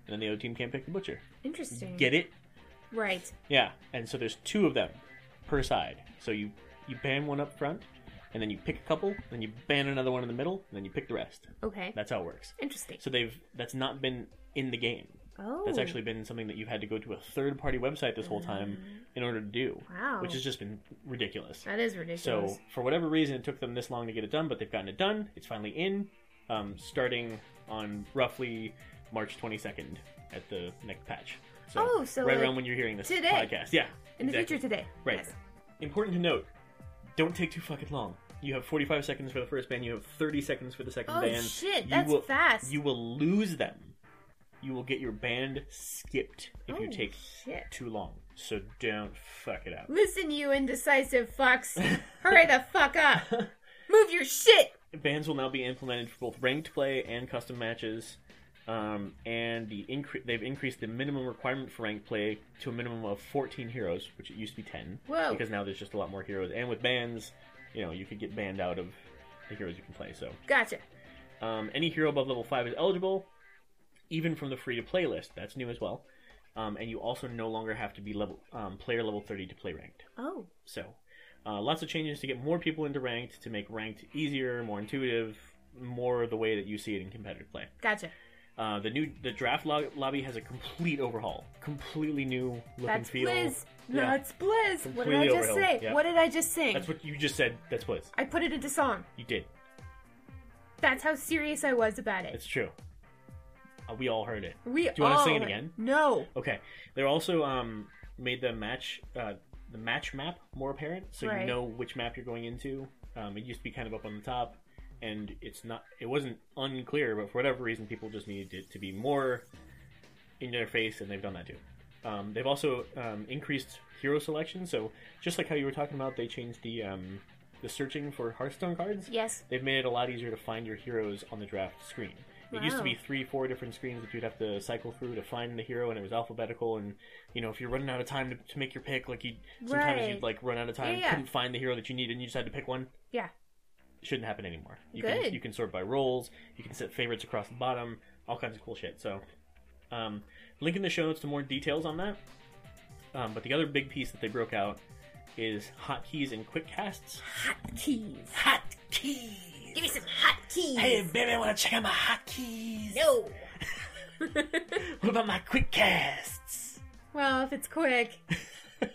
S2: and then the other team can't pick the butcher.
S1: Interesting.
S2: Get it?
S1: Right.
S2: Yeah. And so there's two of them per side. So you you ban one up front, and then you pick a couple, then you ban another one in the middle, and then you pick the rest.
S1: Okay.
S2: That's how it works.
S1: Interesting.
S2: So they've that's not been in the game.
S1: Oh.
S2: That's actually been something that you've had to go to a third party website this whole time in order to do.
S1: Wow.
S2: Which has just been ridiculous.
S1: That is ridiculous.
S2: So for whatever reason, it took them this long to get it done, but they've gotten it done. It's finally in, um, starting on roughly March 22nd at the next patch. So
S1: Oh, so
S2: right
S1: like
S2: around when you're hearing this
S1: today.
S2: podcast, yeah,
S1: in the
S2: exactly.
S1: future today.
S2: right?
S1: Yes.
S2: Important to note: don't take too fucking long. You have 45 seconds for the first ban. You have 30 seconds for the second
S1: Oh,
S2: ban.
S1: shit,
S2: You
S1: that's
S2: will-
S1: fast.
S2: You will lose them. You will get your band skipped if you
S1: Oh,
S2: take
S1: shit.
S2: too long. So don't fuck it up.
S1: Listen, you indecisive fucks. Hurry the fuck up. Move your shit.
S2: bans will now be implemented for both ranked play and custom matches. Um, and the incre- they've increased the minimum requirement for ranked play to a minimum of 14 heroes, which it used to be 10.
S1: Whoa.
S2: Because now there's just a lot more heroes. And with bans, you know, you could get banned out of the heroes you can play. So
S1: Gotcha.
S2: um, any hero above level 5 is eligible, even from the free to play list. That's new as well. Um, and you also no longer have to be level um, player level 30 to play ranked.
S1: Oh,
S2: So, uh, lots of changes to get more people into ranked, to make ranked easier, more intuitive, more the way that you see it in competitive play.
S1: gotcha.
S2: Uh, the new the draft lo- lobby has a complete overhaul, completely new look and
S1: That's
S2: feel.
S1: Blizz.
S2: Yeah.
S1: That's Blizz. What did
S2: Completely
S1: I just say?
S2: overhauled, yeah.
S1: What did I just sing?
S2: That's what you just said. That's Blizz.
S1: I put it into song.
S2: You did.
S1: That's how serious I was about it.
S2: That's true. Uh, we all heard it.
S1: we
S2: Do you wanna
S1: all...
S2: sing it again?
S1: No.
S2: Okay. They're also um, made the match uh, the match map more apparent, so
S1: Right.
S2: you know which map you're going into. Um, it used to be kind of up on the top, and it's not. It wasn't unclear, but for whatever reason, people just needed it to be more in their face, and they've done that too. Um, they've also um, increased hero selection, so just like how you were talking about, they changed the um, the searching for Hearthstone cards.
S1: Yes.
S2: They've made it a lot easier to find your heroes on the draft screen. It used to
S1: Wow.
S2: be three, four different screens that you'd have to cycle through to find the hero, and it was alphabetical. And you know, if you're running out of time to, to make your pick, like you sometimes
S1: Right.
S2: you'd like run out of time,
S1: Yeah, yeah.
S2: couldn't find the hero that you needed, and you just had to pick one.
S1: Yeah.
S2: It shouldn't happen anymore. You
S1: Good.
S2: Can, you can sort by roles. You can set favorites across the bottom. All kinds of cool shit. So, um, link in the show notes to more details on that. Um, but the other big piece that they broke out is hotkeys and quick casts.
S4: Keys.
S5: Hot keys.
S4: Give me some hot keys.
S5: Hey, baby, wanna check out my hot keys?
S4: No.
S5: What about my quick casts?
S1: Well, if it's quick.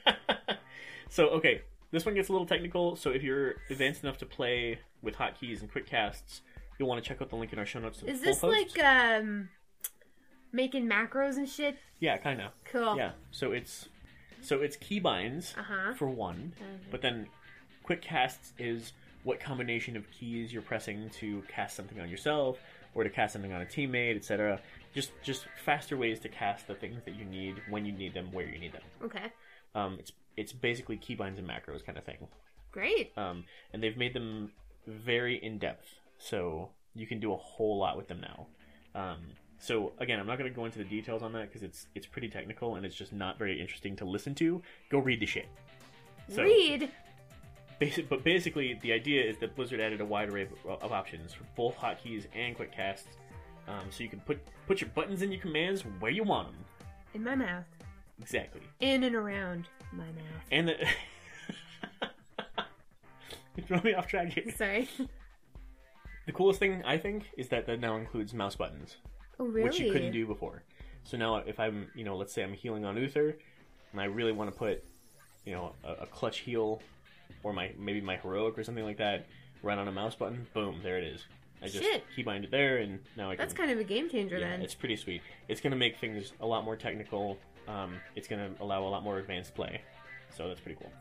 S2: so okay, this one gets a little technical. So if you're advanced enough to play with hotkeys and quick casts, you'll want to check out the link in our show notes. to the
S1: Is
S2: full
S1: this
S2: post.
S1: like um making macros and shit?
S2: yeah, kind of.
S1: Cool.
S2: Yeah. So it's so it's keybinds
S1: Uh-huh.
S2: for one, but then quick casts is what combination of keys you're pressing to cast something on yourself or to cast something on a teammate, etc. Just just faster ways to cast the things that you need when you need them, where you need them.
S1: Okay.
S2: Um, it's it's basically keybinds and macros kind of thing.
S1: Great.
S2: Um, and they've made them very in depth, so you can do a whole lot with them now. Um, so again, I'm not going to go into the details on that because it's it's pretty technical and it's just not very interesting to listen to. Go read the shit. So,
S1: Read.
S2: Basi- but basically, the idea is that Blizzard added a wide array of, of options for both hotkeys and quick casts, um, so you can put put your buttons and your commands where you want them.
S1: In my mouth.
S2: Exactly.
S1: In and around my mouth.
S2: And the you throw me off track. here.
S1: Sorry.
S2: The coolest thing I think is that that now includes mouse buttons,
S1: Oh really?
S2: which you couldn't do before. So now, if I'm, you know, let's say I'm healing on Uther, and I really want to put, you know, a, a clutch heal, or my maybe my heroic or something like that, right on a mouse button, boom, there it is. I just
S1: Shit.
S2: keybind it there, and now I can.
S1: That's kind of a game changer
S2: yeah,
S1: then.
S2: it's pretty sweet. It's going to make things a lot more technical. Um, it's going to allow a lot more advanced play, so that's pretty cool.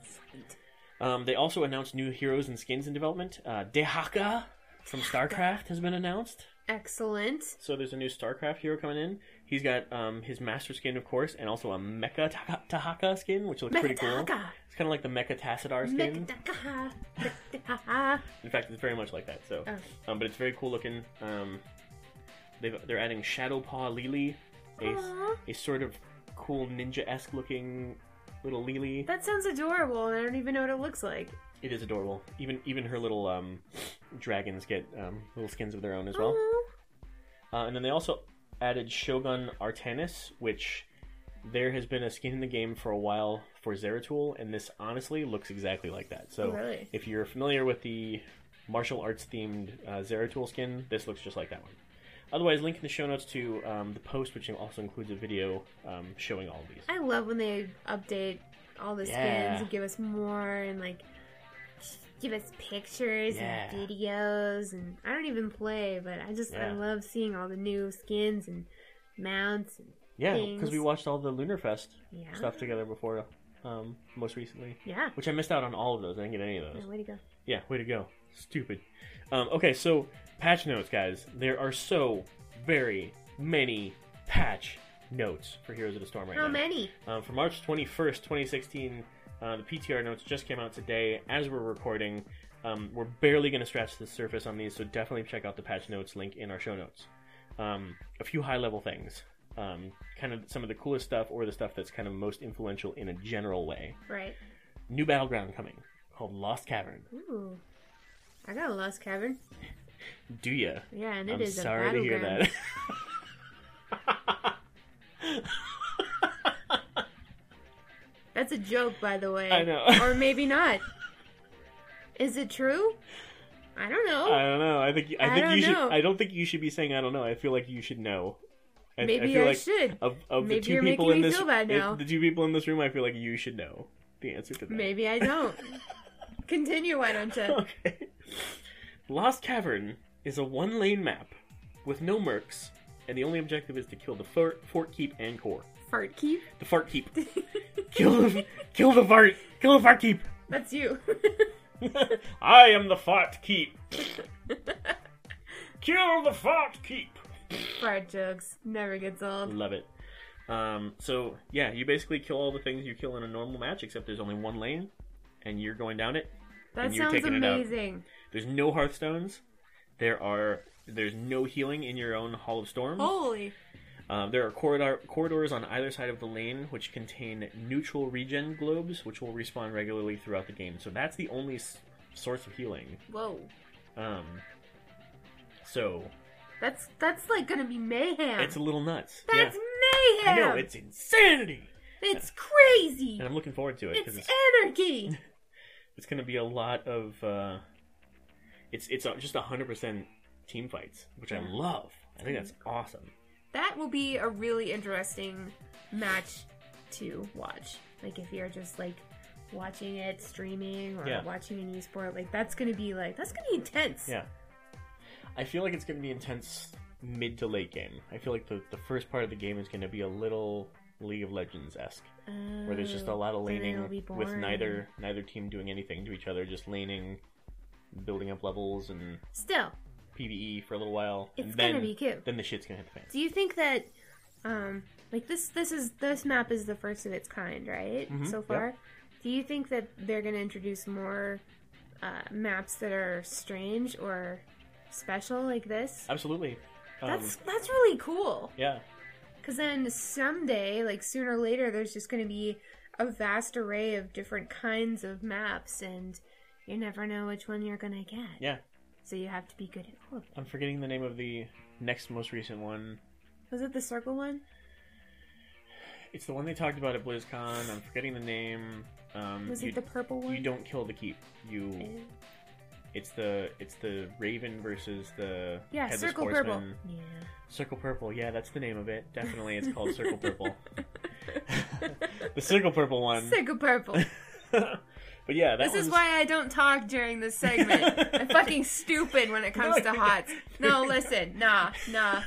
S2: Um, they also announced new heroes and skins in development. Uh, Dehaka from StarCraft has been announced.
S1: Excellent.
S2: So there's a new StarCraft hero coming in. He's got um, his Master skin, of course, and also a Mecha Ta- Tahaka skin, which looks pretty cool.
S1: Mecha-Tahaka.
S2: It's kind of like the Mecha Tassadar skin.
S1: Mecha-Taka. Mecha-Taka.
S2: in fact, it's very much like that. So,
S1: Oh.
S2: um, but it's very cool looking. Um, they've, they're adding Shadow Paw Lily, a, s-
S1: Aw.
S2: a sort of cool ninja-esque looking little Lily.
S1: That sounds adorable, and I don't even know what it looks like.
S2: It is adorable. Even even her little um, dragons get um, little skins of their own as well.
S1: Oh,
S2: Uh, and then they also added Shogun Artanis, which there has been a skin in the game for a while for Zeratul, and this honestly looks exactly like that. So
S1: Really?
S2: if you're familiar with the martial arts themed uh, Zeratul skin, this looks just like that one. Otherwise, link in the show notes to um, the post, which also includes a video um, showing all of these.
S1: I love when they update all the skins
S2: Yeah.
S1: and give us more and like give us pictures
S2: Yeah.
S1: and videos and I don't even play, but I just I
S2: Yeah.
S1: love seeing all the new skins and mounts and
S2: Yeah,
S1: things.
S2: because we watched all the Lunar Fest
S1: Yeah.
S2: stuff together before, um, most recently.
S1: yeah.
S2: Which I missed out on all of those. I didn't get any of those.
S1: Yeah, way to go.
S2: Yeah, way to go. Stupid. Um, okay, so patch notes, guys. There are so very many patch notes for Heroes of the Storm right
S1: How
S2: now.
S1: many?
S2: Um, for March 21st, 2016, uh, the PTR notes just came out today as we're recording. Um, we're barely going to scratch the surface on these, so definitely check out the patch notes link in our show notes. Um, a few high level things. Um, kind of some of the coolest stuff or the stuff that's kind of most influential in a general way.
S1: Right.
S2: New battleground coming called Lost Cavern.
S1: Ooh. I got a lost cavern.
S2: Do ya?
S1: Yeah, and it
S2: I'm
S1: is
S2: sorry
S1: a
S2: to hear
S1: battleground.
S2: that.
S1: That's a joke, by the way.
S2: I know.
S1: or maybe not. Is it true? I don't know.
S2: I don't know. I think I
S1: Oh, I
S2: think
S1: don't
S2: you
S1: know.
S2: should. I don't think you should be saying I don't know. I feel like you should know. I,
S1: Maybe
S2: feel
S1: I
S2: like
S1: should.
S2: Of, of
S1: Maybe
S2: the 2
S1: you're
S2: people
S1: making
S2: in
S1: me
S2: this,
S1: feel bad
S2: it-
S1: now.
S2: the two people in this room, I feel like you should know the answer to that.
S1: Maybe I don't. Continue, why don't you?
S2: Okay. Lost Cavern is a one-lane map with no mercs, and the only objective is to kill the fort, fort keep and core.
S1: Fart keep.
S2: The fart keep. kill the kill the fart. Kill the fart keep.
S1: That's you.
S2: I am the fart keep. Kill the fart keep.
S1: Fart jokes never gets old.
S2: Love it. Um, so yeah, you basically kill all the things you kill in a normal match, except there's only one lane, and you're going down it,
S1: That
S2: and you're
S1: sounds
S2: taking it out.
S1: amazing.
S2: There's no hearthstones. There are there's no healing in your own Hall of Storms.
S1: Holy.
S2: Um, there are corridor, corridors on either side of the lane which contain neutral regen globes, which will respawn regularly throughout the game. So that's the only s- source of healing.
S1: Whoa.
S2: Um, so
S1: That's that's like gonna be mayhem.
S2: it's a little nuts.
S1: that's
S2: yeah. I
S1: mayhem.
S2: know it's insanity,
S1: It's crazy.
S2: and I'm looking forward to it
S1: It's
S2: because it's,
S1: anarchy.
S2: it's going to be a lot of uh, it's it's uh, just hundred percent team fights, which I love. I think that's awesome.
S1: that will be a really interesting match to watch. Like if you're just like watching it streaming or
S2: Yeah.
S1: watching an esport, like that's gonna be like that's gonna be intense.
S2: Yeah. I feel like it's going to be intense mid to late game. I feel like the, the first part of the game is going to be a little League of Legends esque, where there's just a lot of
S1: Oh, then it'll
S2: laning
S1: be
S2: with
S1: boring.
S2: neither neither team doing anything to each other, just laning, building up levels and
S1: Still,
S2: PVE for a little while. and
S1: It's
S2: then,
S1: gonna be cute.
S2: Then the shit's going to hit the fan.
S1: do you think that um like this this is this map is the first of its kind, right?
S2: Mhm,
S1: So
S2: yep.
S1: far. Do you think that they're gonna introduce more uh, maps that are strange or special like this?
S2: Absolutely. Um,
S1: That's that's really cool.
S2: yeah.
S1: Because then someday, like sooner or later, there's just going to be a vast array of different kinds of maps, and you never know which one you're going to get.
S2: Yeah.
S1: So you have to be good at all of them.
S2: I'm forgetting the name of the next most recent one.
S1: Was it the circle one?
S2: It's the one they talked about at BlizzCon. I'm forgetting the name. Um,
S1: Was
S2: you-
S1: it the purple one?
S2: You don't kill the keep. You
S1: Eh,
S2: It's the it's the Raven versus the
S1: Yeah,
S2: Headless
S1: circle purple.
S2: Horseman.
S1: Yeah.
S2: Circle Purple, yeah, that's the name of it. Definitely, it's called Circle Purple. the Circle Purple one.
S1: Circle purple.
S2: but yeah, that
S1: This is
S2: one's-
S1: why I don't talk during this segment. I'm fucking stupid when it comes to
S2: No, you're not.
S1: hots. No, listen, nah, nah.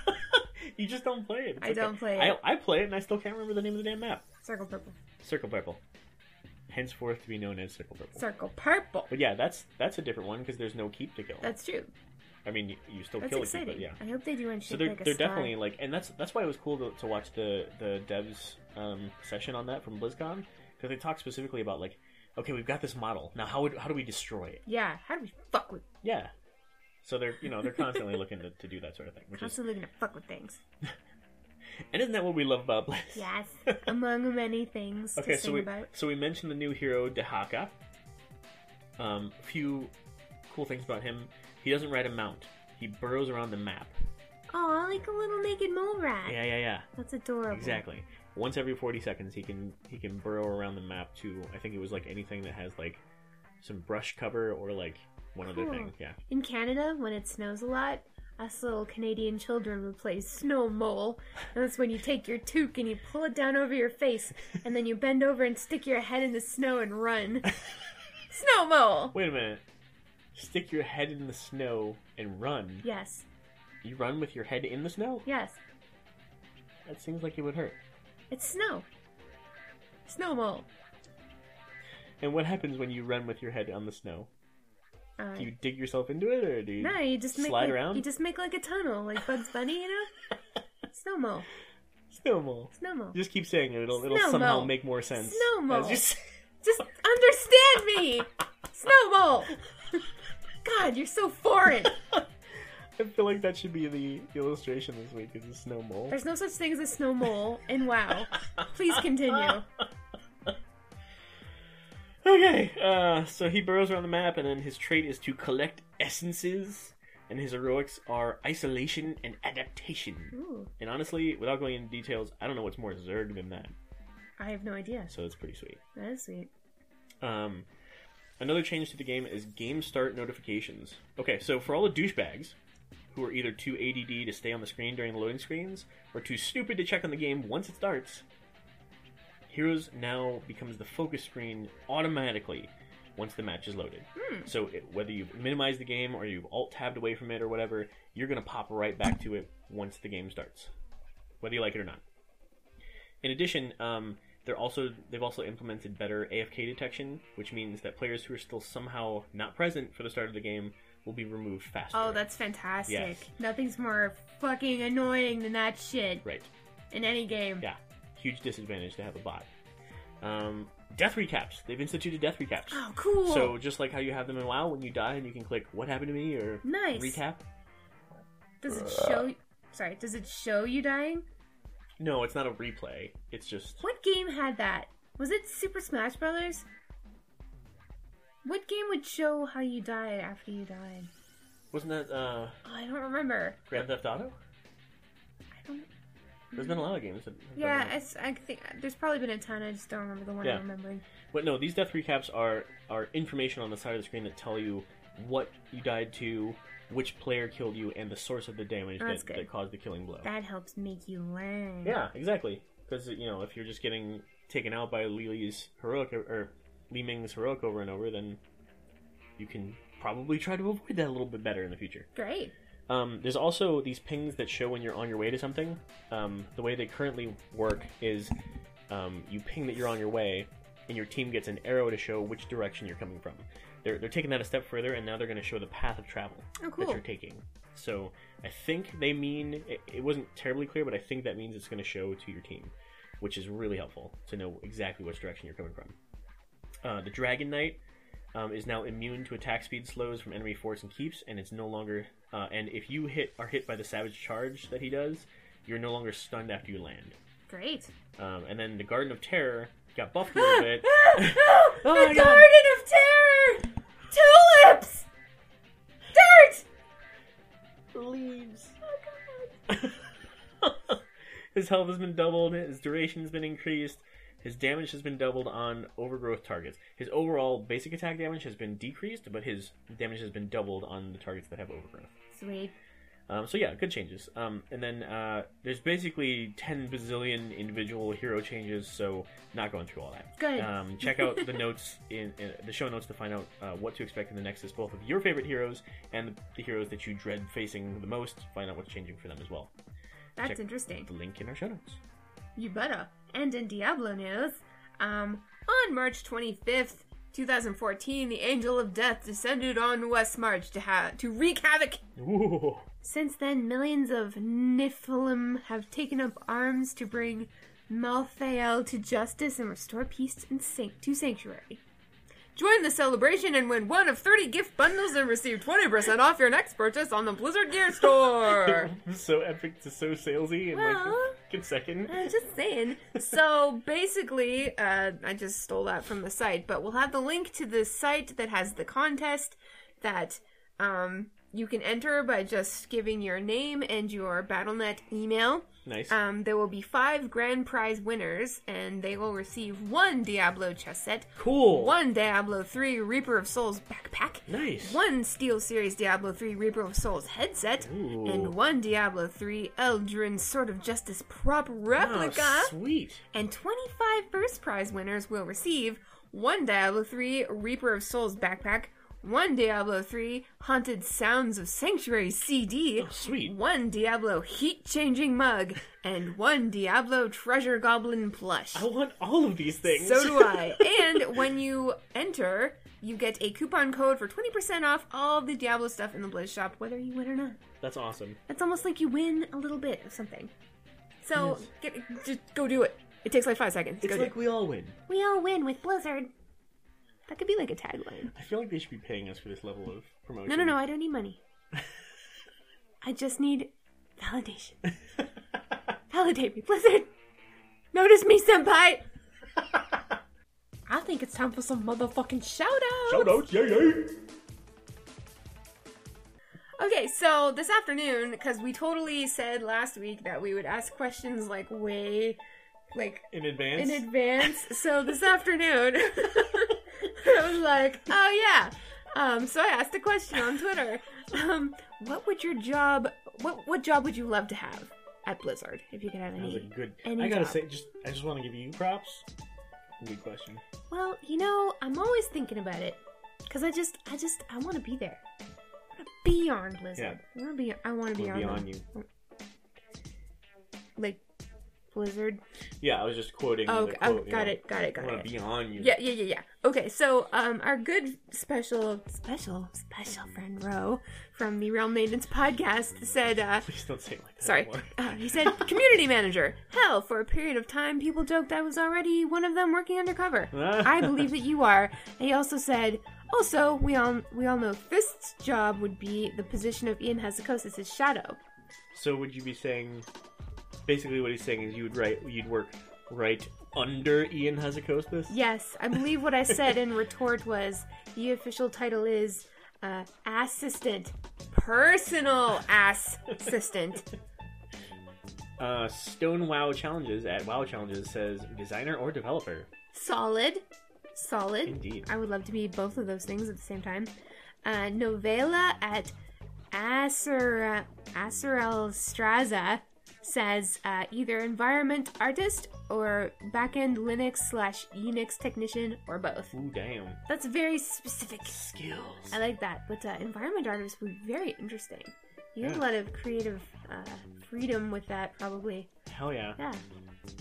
S2: you just don't play it. It's
S1: I don't play it.
S2: I, I play it, and I still can't remember the name of the damn map.
S1: Circle purple.
S2: Circle Purple, henceforth to be known as Circle Purple.
S1: Circle purple.
S2: but yeah, that's that's a different one because there's no keep to kill.
S1: That's true.
S2: I mean, you, you still
S1: That's
S2: kill
S1: exciting.
S2: the keep, but yeah.
S1: I hope they do one shit
S2: so they're,
S1: like a
S2: they're
S1: star.
S2: definitely like and that's that's why it was cool to, to watch the the devs um, session on that from blizzcon because they talked specifically about like okay we've got this model now how would, how do we destroy it
S1: Yeah, how do we fuck with
S2: yeah so they're you know they're constantly looking to, to do that sort of thing which is
S1: constantly gonna fuck with things?
S2: and isn't that what we love about blizz
S1: Yes, among many things
S2: okay
S1: to sing
S2: so we
S1: about.
S2: so we mentioned the new hero dehaka um a few cool things about him he doesn't ride a mount he burrows around the map
S4: Aw, Oh, like a little naked mole rat.
S2: yeah yeah yeah
S4: That's adorable.
S2: Exactly. Once every 40 seconds, he can he can burrow around the map to I think it was like anything that has like some brush cover or like one other
S4: Cool.
S2: thing. Yeah.
S4: In Canada, when it snows a lot, us little Canadian children would play snow mole. And that's when you take your toque and you pull it down over your face, and then you bend over and stick your head in the snow and run. snow mole!
S2: Wait a minute. Stick your head in the snow and run.
S4: Yes,
S2: You run with your head in the snow?
S4: yes.
S2: That seems like it would hurt.
S4: It's snow. Snow mole.
S2: And what happens when you run with your head on the snow?
S4: Uh,
S2: Do you dig yourself into it or do you
S4: no, you just make
S2: slide
S4: like,
S2: around?
S4: You just make like a tunnel, like Bugs Bunny, you know. snow mole.
S2: snow mole.
S4: Snow mole.
S2: Just keep saying it. It'll it'll
S4: Snow
S2: somehow
S4: mole.
S2: make more sense.
S4: Snow mole.
S2: As you say-
S4: Just understand me, snow mole. God, you're so foreign.
S2: I feel like that should be the illustration this week is a snow mole.
S4: There's no such thing as a snow mole. And wow, please continue.
S2: Okay, uh, so he burrows around the map, and then his trait is to collect essences, and his heroics are isolation and adaptation.
S4: Ooh,
S2: And honestly, without going into details, I don't know what's more Zerg than that,
S4: I have no idea.
S2: so that's pretty sweet.
S4: That is sweet.
S2: Um, another change to the game is game start notifications. Okay, so for all the douchebags who are either too ADD to stay on the screen during the loading screens or too stupid to check on the game once it starts, Heroes now becomes the focus screen automatically once the match is loaded.
S1: Hmm.
S2: So it, whether you've minimized the game or you've alt tabbed away from it or whatever, you're going to pop right back to it once the game starts, whether you like it or not. In addition, um, they're also they've also implemented better AFK detection, which means that players who are still somehow not present for the start of the game will be removed faster.
S1: Oh, that's fantastic.
S2: Yes.
S1: Nothing's more fucking annoying than that shit
S2: right.
S1: in any game.
S2: Yeah, huge disadvantage to have a bot. Um, Death recaps. They've instituted death recaps.
S1: Oh, cool.
S2: So just like how you have them in WoW, when you die and you can click "What happened to me" or
S1: Nice.
S2: recap.
S1: does it
S2: uh,
S1: show? Sorry, does it show you dying?
S2: No, it's not a replay. It's just
S1: What game had that? Was it Super Smash Brothers? What game would show how you died after you died?
S2: wasn't that uh,
S1: Oh, I don't remember.
S2: Grand Theft Auto?
S1: I don't.
S2: There's been a lot of games. That have done
S1: Yeah,
S2: that.
S1: I s- I, think there's probably been a ton. I just don't remember the one
S2: Yeah.
S1: I'm remembering.
S2: But no, these death recaps are are information on the side of the screen that tell you what you died to, which player killed you, and the source of the damage
S1: Oh, that's
S2: that,
S1: good.
S2: that caused the killing blow.
S1: That helps make you learn.
S2: Yeah, exactly. Because you know, if you're just getting taken out by Lili's heroic or Li Ming's heroic over and over, then you can probably try to avoid that a little bit better in the future.
S1: Great.
S2: Um, there's also these pings that show when you're on your way to something. Um, the way they currently work is um, you ping that you're on your way, and your team gets an arrow to show which direction you're coming from. They're, they're taking that a step further, and now they're going to show the path of travel
S1: Oh,
S2: that
S1: cool.
S2: you're taking. So I think they mean it, it wasn't terribly clear, but I think that means it's going to show to your team, which is really helpful to know exactly which direction you're coming from. Uh, the Dragon Knight um, is now immune to attack speed slows from enemy force and keeps, and it's no longer. Uh, and if you hit are hit by the savage charge that he does, you're no longer stunned after you land.
S1: Great.
S2: Um, and then the Garden of Terror got buffed a little bit.
S1: the
S2: Oh my God.
S1: Garden of Terror! Tulips! Dirt!
S2: Leaves. his health has been doubled. His duration has been increased. His damage has been doubled on overgrowth targets. His overall basic attack damage has been decreased, but his damage has been doubled on the targets that have overgrowth.
S1: Sweet.
S2: Um, so yeah, good changes. Um, and then uh, there's basically ten bazillion individual hero changes, so not going through all that.
S1: Good.
S2: Um, check out the notes in, in the show notes to find out uh, what to expect in the Nexus, both of your favorite heroes and the heroes that you dread facing the most. Find out what's changing for them as well.
S1: That's
S2: Check-
S1: interesting.
S2: The link in our show notes.
S1: You better. And in Diablo news, um, on March 25th, 2014, the Angel of Death descended on West March to ha- to wreak havoc.
S2: Ooh.
S1: Since then, millions of Niflheim have taken up arms to bring Malthael to justice and restore peace in sanct- to Sanctuary. Join the celebration and win one of 30 gift bundles and receive 20% off your next purchase on the Blizzard Gear Store!
S2: so epic to so salesy in like
S1: Well.
S2: a fucking second.
S1: I'm just saying. So basically, uh, I just stole that from the site, but we'll have the link to the site that has the contest that um, you can enter by just giving your name and your BattleNet email.
S2: Nice.
S1: Um, there will be five grand prize winners, and they will receive one Diablo chess set,
S2: cool.
S1: one Diablo 3 Reaper of Souls backpack,
S2: Nice.
S1: one Steel Series Diablo 3 Reaper of Souls headset,
S2: Ooh.
S1: and one Diablo 3 Eldrin Sword of Justice prop
S2: Oh,
S1: replica.
S2: sweet.
S1: And 25 first prize winners will receive one Diablo 3 Reaper of Souls backpack, one Diablo 3 Haunted Sounds of Sanctuary CD,
S2: Oh, sweet.
S1: one Diablo heat changing mug, and one Diablo treasure goblin plush.
S2: I want all of these Oh, things.
S1: So do I. and when you enter, you get a coupon code for 20% off all the Diablo stuff in the Blizz shop, whether you win or not.
S2: That's awesome.
S1: It's almost like you win a little bit of something. So get, just go do it. It takes like five seconds.
S2: It's
S1: Go do
S2: like we all win.
S1: it. we all win with Blizzard. That could be like a tagline.
S2: I feel like they should be paying us for this level of promotion.
S1: No, no, no. I don't need money. I just need validation. Validate me, Blizzard. Notice me, senpai. I think it's time for some motherfucking shout out.
S2: Shout out, yay, yay!
S1: Okay, so this afternoon, because we totally said last week that we would ask questions like way, like
S2: In advance.
S1: in advance. So this afternoon, I was like, oh yeah. Um, so I asked a question on Twitter. Um, what would your job? What what job would you love to have at Blizzard if you could have
S2: that was a
S1: any?
S2: good.
S1: Any
S2: I gotta
S1: job.
S2: say, just I just want to give you props. Good question.
S1: Well, you know, I'm always thinking about it because I just I just I want to be there. I wanna Be on Blizzard. I want to be. I want to be
S2: We'll
S1: on.
S2: be
S1: them.
S2: on you.
S1: Like, Blizzard.
S2: Yeah, I was just quoting.
S1: Oh,
S2: the
S1: okay, oh,
S2: quote, you
S1: got
S2: know.
S1: it, got it, got
S2: I want
S1: it.
S2: to be on you.
S1: Yeah, yeah, yeah, yeah. Okay, so um, our good special, special, special friend Ro from the Realm Maintenance podcast said, uh,
S2: Please don't say it like that.
S1: sorry,
S2: anymore.
S1: uh, he said community manager. Hell, for a period of time, people joked I was already one of them working undercover. I believe that you are. And he also said, also we all we all know Fist's job would be the position of Ian Hesychosis's shadow.
S2: So would you be saying, basically, what he's saying is you would write, you'd work right under Ian Hazakostas?
S1: Yes, I believe what I said in retort was the official title is uh, assistant, personal assistant.
S2: Uh, Stone Wow Challenges at Wow Challenges says designer or developer.
S1: Solid, solid.
S2: Indeed.
S1: I would love to be both of those things at the same time. Uh, novella at Acer Acerel Straza says uh, either environment artist or backend Linux slash Unix technician or both.
S2: Ooh, damn.
S1: That's very specific.
S2: Skills.
S1: I like that, but uh, environment artists would be very interesting. You have a
S2: Yeah.
S1: lot of creative uh, freedom with that, probably.
S2: Hell yeah.
S1: Yeah,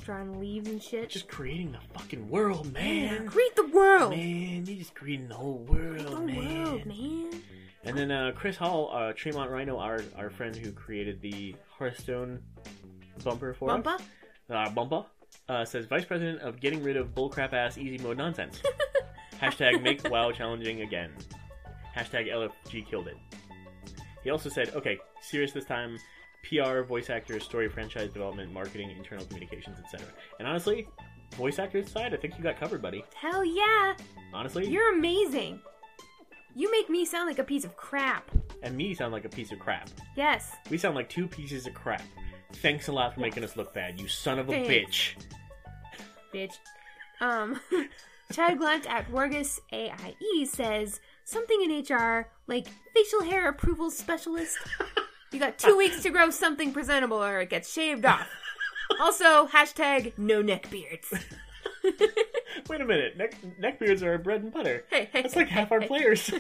S1: drawing leaves and shit.
S2: Just creating the fucking world, man.
S1: Create the world,
S2: Man, they just creating the whole world,
S1: the
S2: man.
S1: world, man.
S2: And then uh, Chris Hall, uh, Tremont Rhino, our our friend who created the Hearthstone bumper for us.
S1: Bumpa,
S2: uh, Bumpa, uh, says Vice President of Getting Rid of Bullcrap Ass Easy Mode Nonsense. Hashtag Make WoW Challenging Again. Hashtag LFG Killed It. He also said, okay, serious this time. PR, voice actors, story, franchise development, marketing, internal communications, etc. And honestly, voice actors side, I think you got covered, buddy.
S1: hell yeah!
S2: Honestly,
S1: You're amazing. You make me sound like a piece of crap.
S2: and me sound like a piece of crap.
S1: Yes,
S2: We sound like two pieces of crap. Thanks a lot for making us look bad, you son of a
S1: Thanks.
S2: bitch.
S1: bitch. Um, Chad Glunt at Wargus AIE E says something in HR like facial hair approval specialist. You got two weeks to grow something presentable or it gets shaved off. Also, hashtag no neck beards.
S2: Wait a minute, neck neckbeards are our bread and butter.
S1: Hey, hey,
S2: That's like half our players.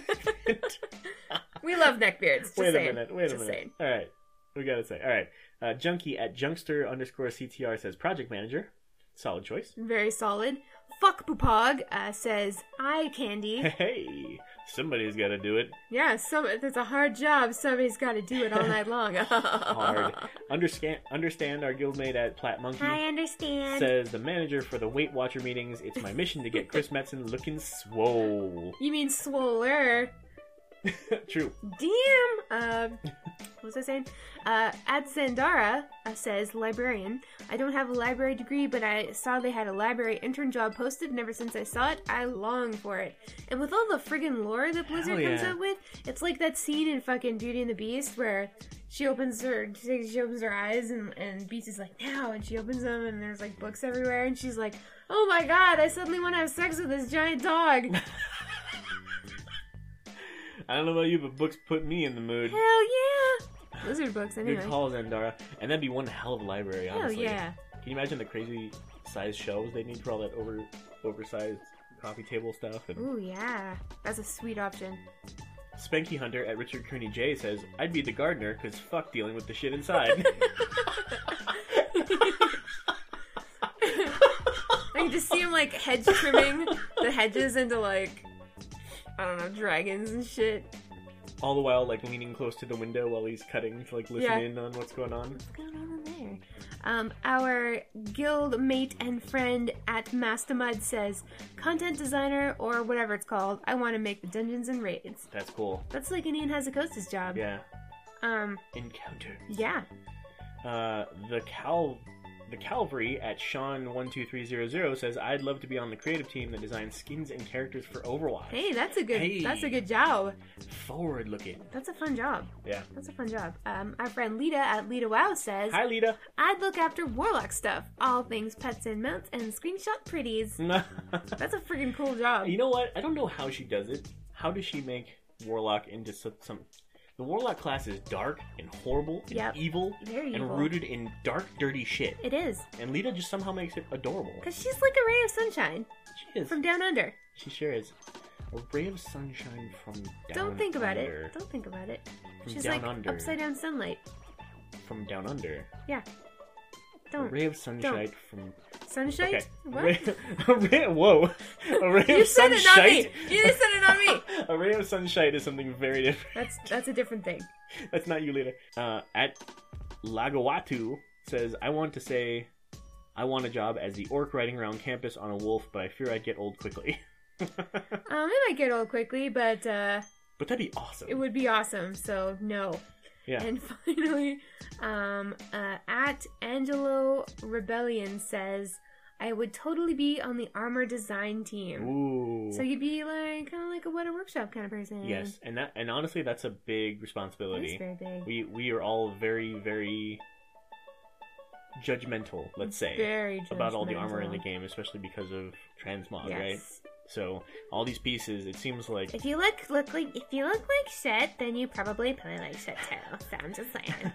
S1: we love neck beards. Just
S2: wait
S1: saying.
S2: a minute. Wait
S1: Just
S2: a minute.
S1: saying.
S2: All right, we gotta say. All right, uh, Junkie at Junkster underscore CTR says project manager, solid choice.
S1: Very solid. Fuck Pupog uh, says eye candy.
S2: Hey, somebody's gotta do it.
S1: yeah, some it's a hard job. Somebody's got to do it all night long.
S2: Hard. Understand, understand our guildmate at Plat Monkey.
S1: I understand.
S2: Says the manager for the Weight Watcher meetings. It's my mission to get Chris Metzen looking swole.
S1: you mean swoller?
S2: True.
S1: Damn. Um, what was I saying? Uh, at Zandara uh, says librarian. I don't have a library degree, but I saw they had a library intern job posted, and ever since I saw it, I long for it. And with all the friggin' lore that Blizzard
S2: Hell
S1: comes
S2: yeah.
S1: up with, it's like that scene in fucking Beauty and the Beast where she opens her she opens her eyes and and Beast is like now, and she opens them, and there's like books everywhere, and she's like, oh my god, I suddenly want to have sex with this giant dog.
S2: I don't know about you, but books put me in the mood.
S1: Hell yeah! Blizzard books anyway.
S2: Good call, Zendara. And that'd be one hell of a library,
S1: Hell
S2: honestly.
S1: yeah.
S2: Can you imagine the crazy sized shelves they need for all that over oversized coffee table stuff? And
S1: Ooh, yeah. That's a sweet option.
S2: Spanky Hunter at Richard Cooney J says, I'd be the gardener because fuck dealing with the shit inside.
S1: I can just see him, like, hedge trimming the hedges into, like, I don't know, dragons and shit.
S2: all the while, like, leaning close to the window while he's cutting to, like, listen
S1: Yeah.
S2: in on what's going on.
S1: What's going on in there? Um, our guild mate and friend at Mastamud says, content designer or whatever it's called, I want to make the dungeons and raids.
S2: That's cool.
S1: That's like an Ian Hazakosta's job.
S2: Yeah.
S1: Um,
S2: Encounter.
S1: yeah.
S2: Uh, the Cal. The Calvary at Sean12300 says, I'd love to be on the creative team that designs skins and characters for Overwatch.
S1: Hey, that's a good,
S2: Hey.
S1: that's a good job.
S2: Forward looking.
S1: That's a fun job.
S2: Yeah.
S1: That's a fun job. Um, our friend Lita at Lita Wow says,
S2: Hi, Lita.
S1: I'd look after warlock stuff, all things pets and mounts, and screenshot pretties. That's a freaking cool job.
S2: you know what? I don't know how she does it. How does she make Warlock into some? some... The Warlock class is dark and horrible and
S1: Yep.
S2: evil
S1: Very
S2: and
S1: evil.
S2: rooted in dark, dirty shit.
S1: It is.
S2: And Lita just somehow makes it adorable.
S1: Because she's like a ray of sunshine
S2: She is.
S1: from down under.
S2: She sure is. A ray of sunshine from down
S1: Don't think about
S2: under.
S1: it. Don't think about it.
S2: From
S1: she's
S2: down
S1: like
S2: under.
S1: upside down sunlight.
S2: From down under.
S1: Yeah.
S2: A
S1: Don't.
S2: ray of sunshine from.
S1: Sunshine?
S2: Okay.
S1: What?
S2: Ray... a ray... Whoa. A ray
S1: You
S2: of
S1: said it, not me!
S2: sunshine.
S1: You just said it, not me!
S2: A ray of sunshine is something very different.
S1: That's that's a different thing.
S2: That's not you, Lita. Uh, at Lagawatu says, I want to say, I want a job as the orc riding around campus on a wolf, but I fear I'd get old quickly. but
S1: Um, it might get old quickly, but uh,
S2: that'd be awesome.
S1: it would be awesome. So no.
S2: Yeah.
S1: And finally, um, uh, at Angelo Rebellion says, "I would totally be on the armor design team."
S2: Ooh.
S1: So you'd be like kind of like a what a workshop kind of person.
S2: yes, and that, and honestly, that's a big
S1: That is
S2: responsibility.
S1: very big.
S2: We we are all very very judgmental, let's say,
S1: very
S2: about all the armor in the
S1: judgmental.
S2: game, especially because of transmog,
S1: Yes.
S2: right? So all these pieces, it seems like
S1: If you look look like if you look like shit, then you probably play like shit too. So I'm just saying.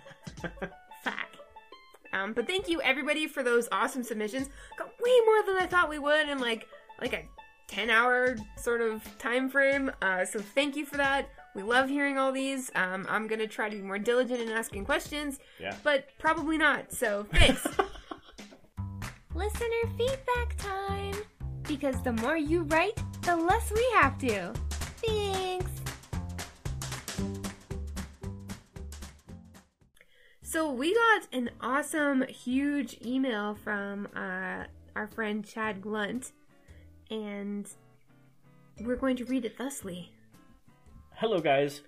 S1: Fuck. Um, but thank you everybody for those awesome submissions. Got way more than I thought we would in like like a ten hour sort of time frame. Uh, so thank you for that. We love hearing all these. Um, I'm gonna try to be more diligent in asking questions,
S2: yeah.
S1: but probably not. So thanks. Listener feedback time. Because the more you write, the less we have to. Thanks. So we got an awesome, huge email from uh, our friend Chad Glunt, and we're going to read it thusly.
S2: Hello, guys.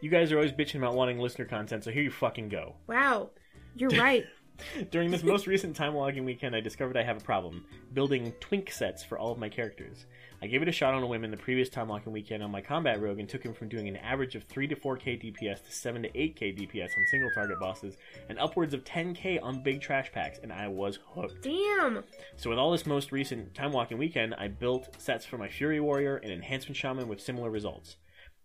S2: You guys are always bitching about wanting listener content, so here you fucking go.
S1: Wow, you're right.
S2: During this most recent time logging weekend, I discovered I have a problem building twink sets for all of my characters. I gave it a shot on a whim in the previous time logging weekend on my combat rogue and took him from doing an average of 3 to 4k DPS to 7 to 8k DPS on single target bosses and upwards of 10k on big trash packs, and I was hooked.
S1: Damn.
S2: So with all this most recent time walking weekend, I built sets for my Fury Warrior and Enhancement Shaman with similar results.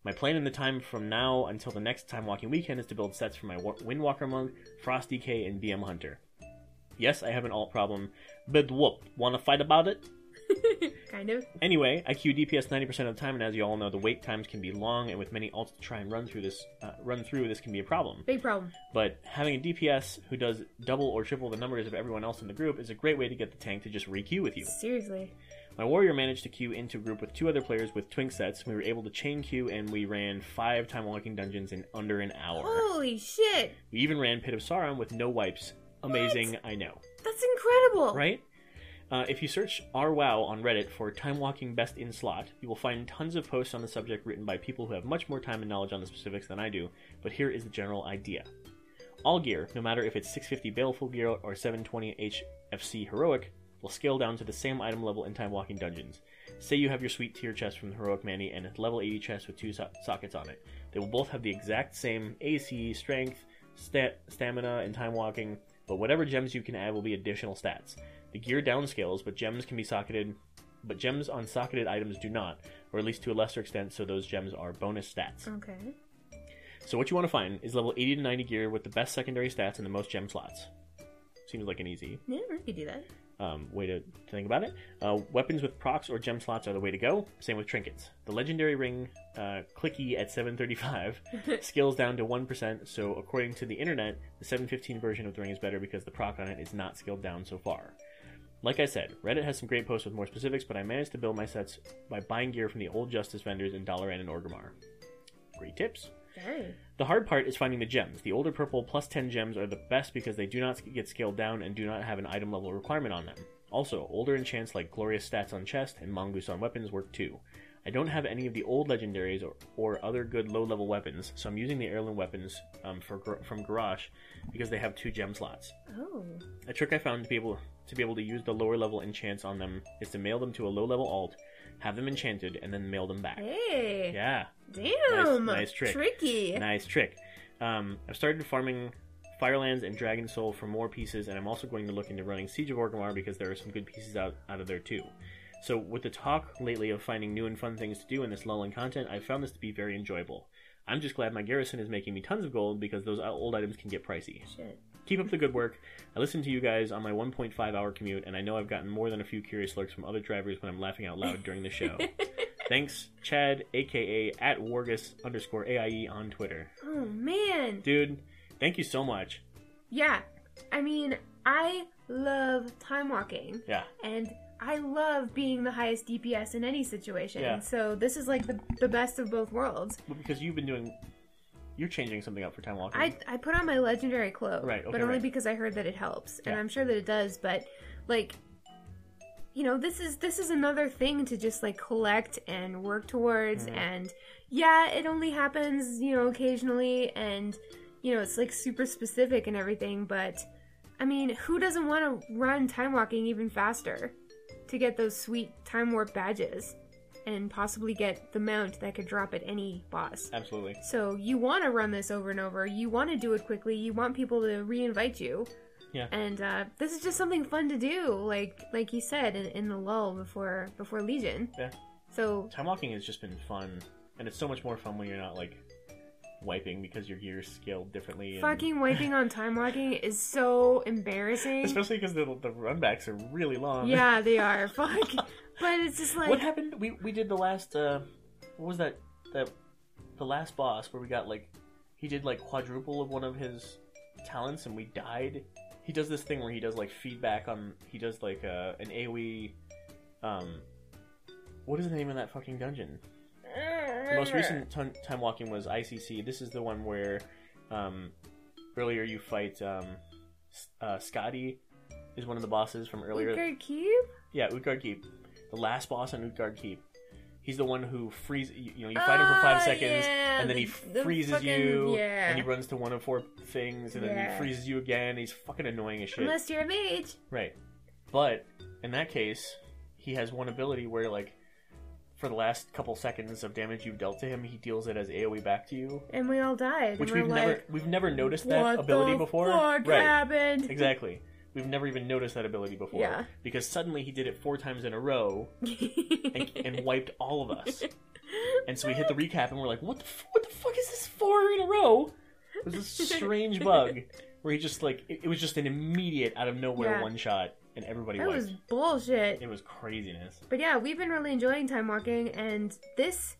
S2: My plan in the time from now until the next time walking weekend is to build sets for my Wa- Windwalker Monk, Frost DK, and BM Hunter. Yes, I have an alt problem, but whoop, wanna fight about it?
S1: Kind of.
S2: Anyway, I queue DPS 90% of the time, and as you all know, the wait times can be long, and with many alts to try and run through this, uh, run through this can be a problem.
S1: Big problem.
S2: But having a DPS who does double or triple the numbers of everyone else in the group is a great way to get the tank to just re-queue with you.
S1: Seriously.
S2: My warrior managed to queue into a group with two other players with twink sets. We were able to chain queue and we ran five time walking dungeons in under an hour.
S1: Holy shit.
S2: We even ran Pit of Sauron with no wipes. Amazing, I know.
S1: That's incredible.
S2: Right? Uh, if you search RWOW on Reddit for time walking best in slot, you will find tons of posts on the subject written by people who have much more time and knowledge on the specifics than I do, but here is the general idea. All gear, no matter if it's 650 Baleful gear or 720 HFC heroic, will scale down to the same item level in time walking dungeons. Say you have your sweet tier chest from the heroic Manny and a level 80 chest with two so- sockets on it. They will both have the exact same AC, strength, stat- stamina, and time walking, but whatever gems you can add will be additional stats. The gear downscales, but gems can be socketed, but gems on socketed items do not, or at least to a lesser extent, so those gems are bonus stats.
S1: Okay.
S2: So what you want to find is level 80 to 90 gear with the best secondary stats and the most gem slots. Seems like an easy
S1: Yeah, we could do that.
S2: um, way to think about it. Uh, weapons with procs or gem slots are the way to go. Same with trinkets. The legendary ring, uh, clicky at 735, scales down to 1%. So according to the internet, the 715 version of the ring is better because the proc on it is not scaled down so far. Like I said, Reddit has some great posts with more specifics, but I managed to build my sets by buying gear from the old Justice vendors in Dalaran and Orgrimmar. Great tips.
S1: Okay.
S2: The hard part is finding the gems. The older purple plus 10 gems are the best because they do not get scaled down and do not have an item level requirement on them. Also, older enchants like Glorious Stats on Chest and Mongoose on Weapons work too. I don't have any of the old legendaries or, or other good low level weapons, so I'm using the heirloom weapons um, for, Gar- from Garrosh because they have two gem slots.
S1: Oh.
S2: A trick I found to be able to be able to use the lower level enchants on them is to mail them to a low level alt, have them enchanted, and then mail them back.
S1: Hey.
S2: Yeah.
S1: Damn.
S2: Nice- nice trick.
S1: Tricky.
S2: Nice trick. Um, I've started farming Firelands and Dragon Soul for more pieces, and I'm also going to look into running Siege of Orgrimmar because there are some good pieces out, out of there too. So, with the talk lately of finding new and fun things to do in this lull in content, I've found this to be very enjoyable. I'm just glad my garrison is making me tons of gold because those old items can get pricey.
S1: Shit.
S2: Keep up the good work. I listen to you guys on my 1.5 hour commute, and I know I've gotten more than a few curious lurks from other drivers when I'm laughing out loud during the show. Thanks, Chad, aka at Wargus underscore AIE on Twitter.
S1: Oh man.
S2: Dude, thank you so much.
S1: Yeah. I mean, I love time walking.
S2: Yeah.
S1: And I love being the highest DPS in any situation.
S2: Yeah.
S1: So this is like the, the best of both worlds.
S2: Well, because you've been doing, you're changing something up for time walking.
S1: I, I put on my legendary cloak,
S2: Right, okay,
S1: but only
S2: right.
S1: because I heard that it helps, and
S2: Yeah.
S1: I'm sure that it does. But like, you know, this is this is another thing to just like collect and work towards.
S2: Mm.
S1: And yeah, it only happens you know occasionally, and you know it's like super specific and everything. But I mean, who doesn't want to run time walking even faster to get those sweet time warp badges? And possibly get the mount that could drop at any boss.
S2: Absolutely.
S1: So you want to run this over and over. You want to do it quickly. You want people to reinvite you.
S2: Yeah.
S1: And uh, this is just something fun to do, like like you said in, in the lull before before Legion.
S2: Yeah.
S1: So
S2: Time walking has just been fun, and it's so much more fun when you're not like wiping because your gear's scaled differently. And...
S1: fucking wiping on time walking is so embarrassing.
S2: Especially because the the runbacks are really long.
S1: yeah, they are. Fuck. But it's just like
S2: what happened? We we did the last. Uh, what was that? That the last boss where we got like he did like quadruple of one of his talents and we died. He does this thing where he does like feedback on. He does like uh, an AOE. Um, what is the name of that fucking dungeon? The most recent ton time walking was ICC. This is the one where um, earlier you fight um, S- uh, Scotty is one of the bosses from earlier.
S1: Good cube.
S2: Yeah, Utgard Keep. The last boss on Utgard Keep. He's the one who freezes you. You know, you fight him for five
S1: Ah,
S2: seconds,
S1: yeah,
S2: and then he
S1: the- the
S2: freezes
S1: fucking-
S2: you,
S1: yeah.
S2: and he runs to one of four things, and then he
S1: Yeah.
S2: freezes you again. He's fucking annoying as shit.
S1: Unless you're a mage.
S2: Right. But in that case, he has one ability where, like, for the last couple seconds of damage you've dealt to him, he deals it as AOE back to you,
S1: And we all died.
S2: which
S1: and we're
S2: we've
S1: like,
S2: never we've never noticed
S1: what
S2: that ability
S1: the
S2: before.
S1: Fuck
S2: Right.
S1: happened?
S2: Exactly. We've never even noticed that ability before.
S1: Yeah.
S2: Because suddenly he did it four times in a row and, and wiped all of us. And so we hit the recap and we're like, what the, f- what the fuck is this four in a row? It was this strange bug where he just like, it, it was just an immediate out of nowhere
S1: Yeah.
S2: one shot and everybody
S1: That
S2: wiped.
S1: was bullshit.
S2: It was craziness.
S1: But yeah, we've been really enjoying time walking, and this,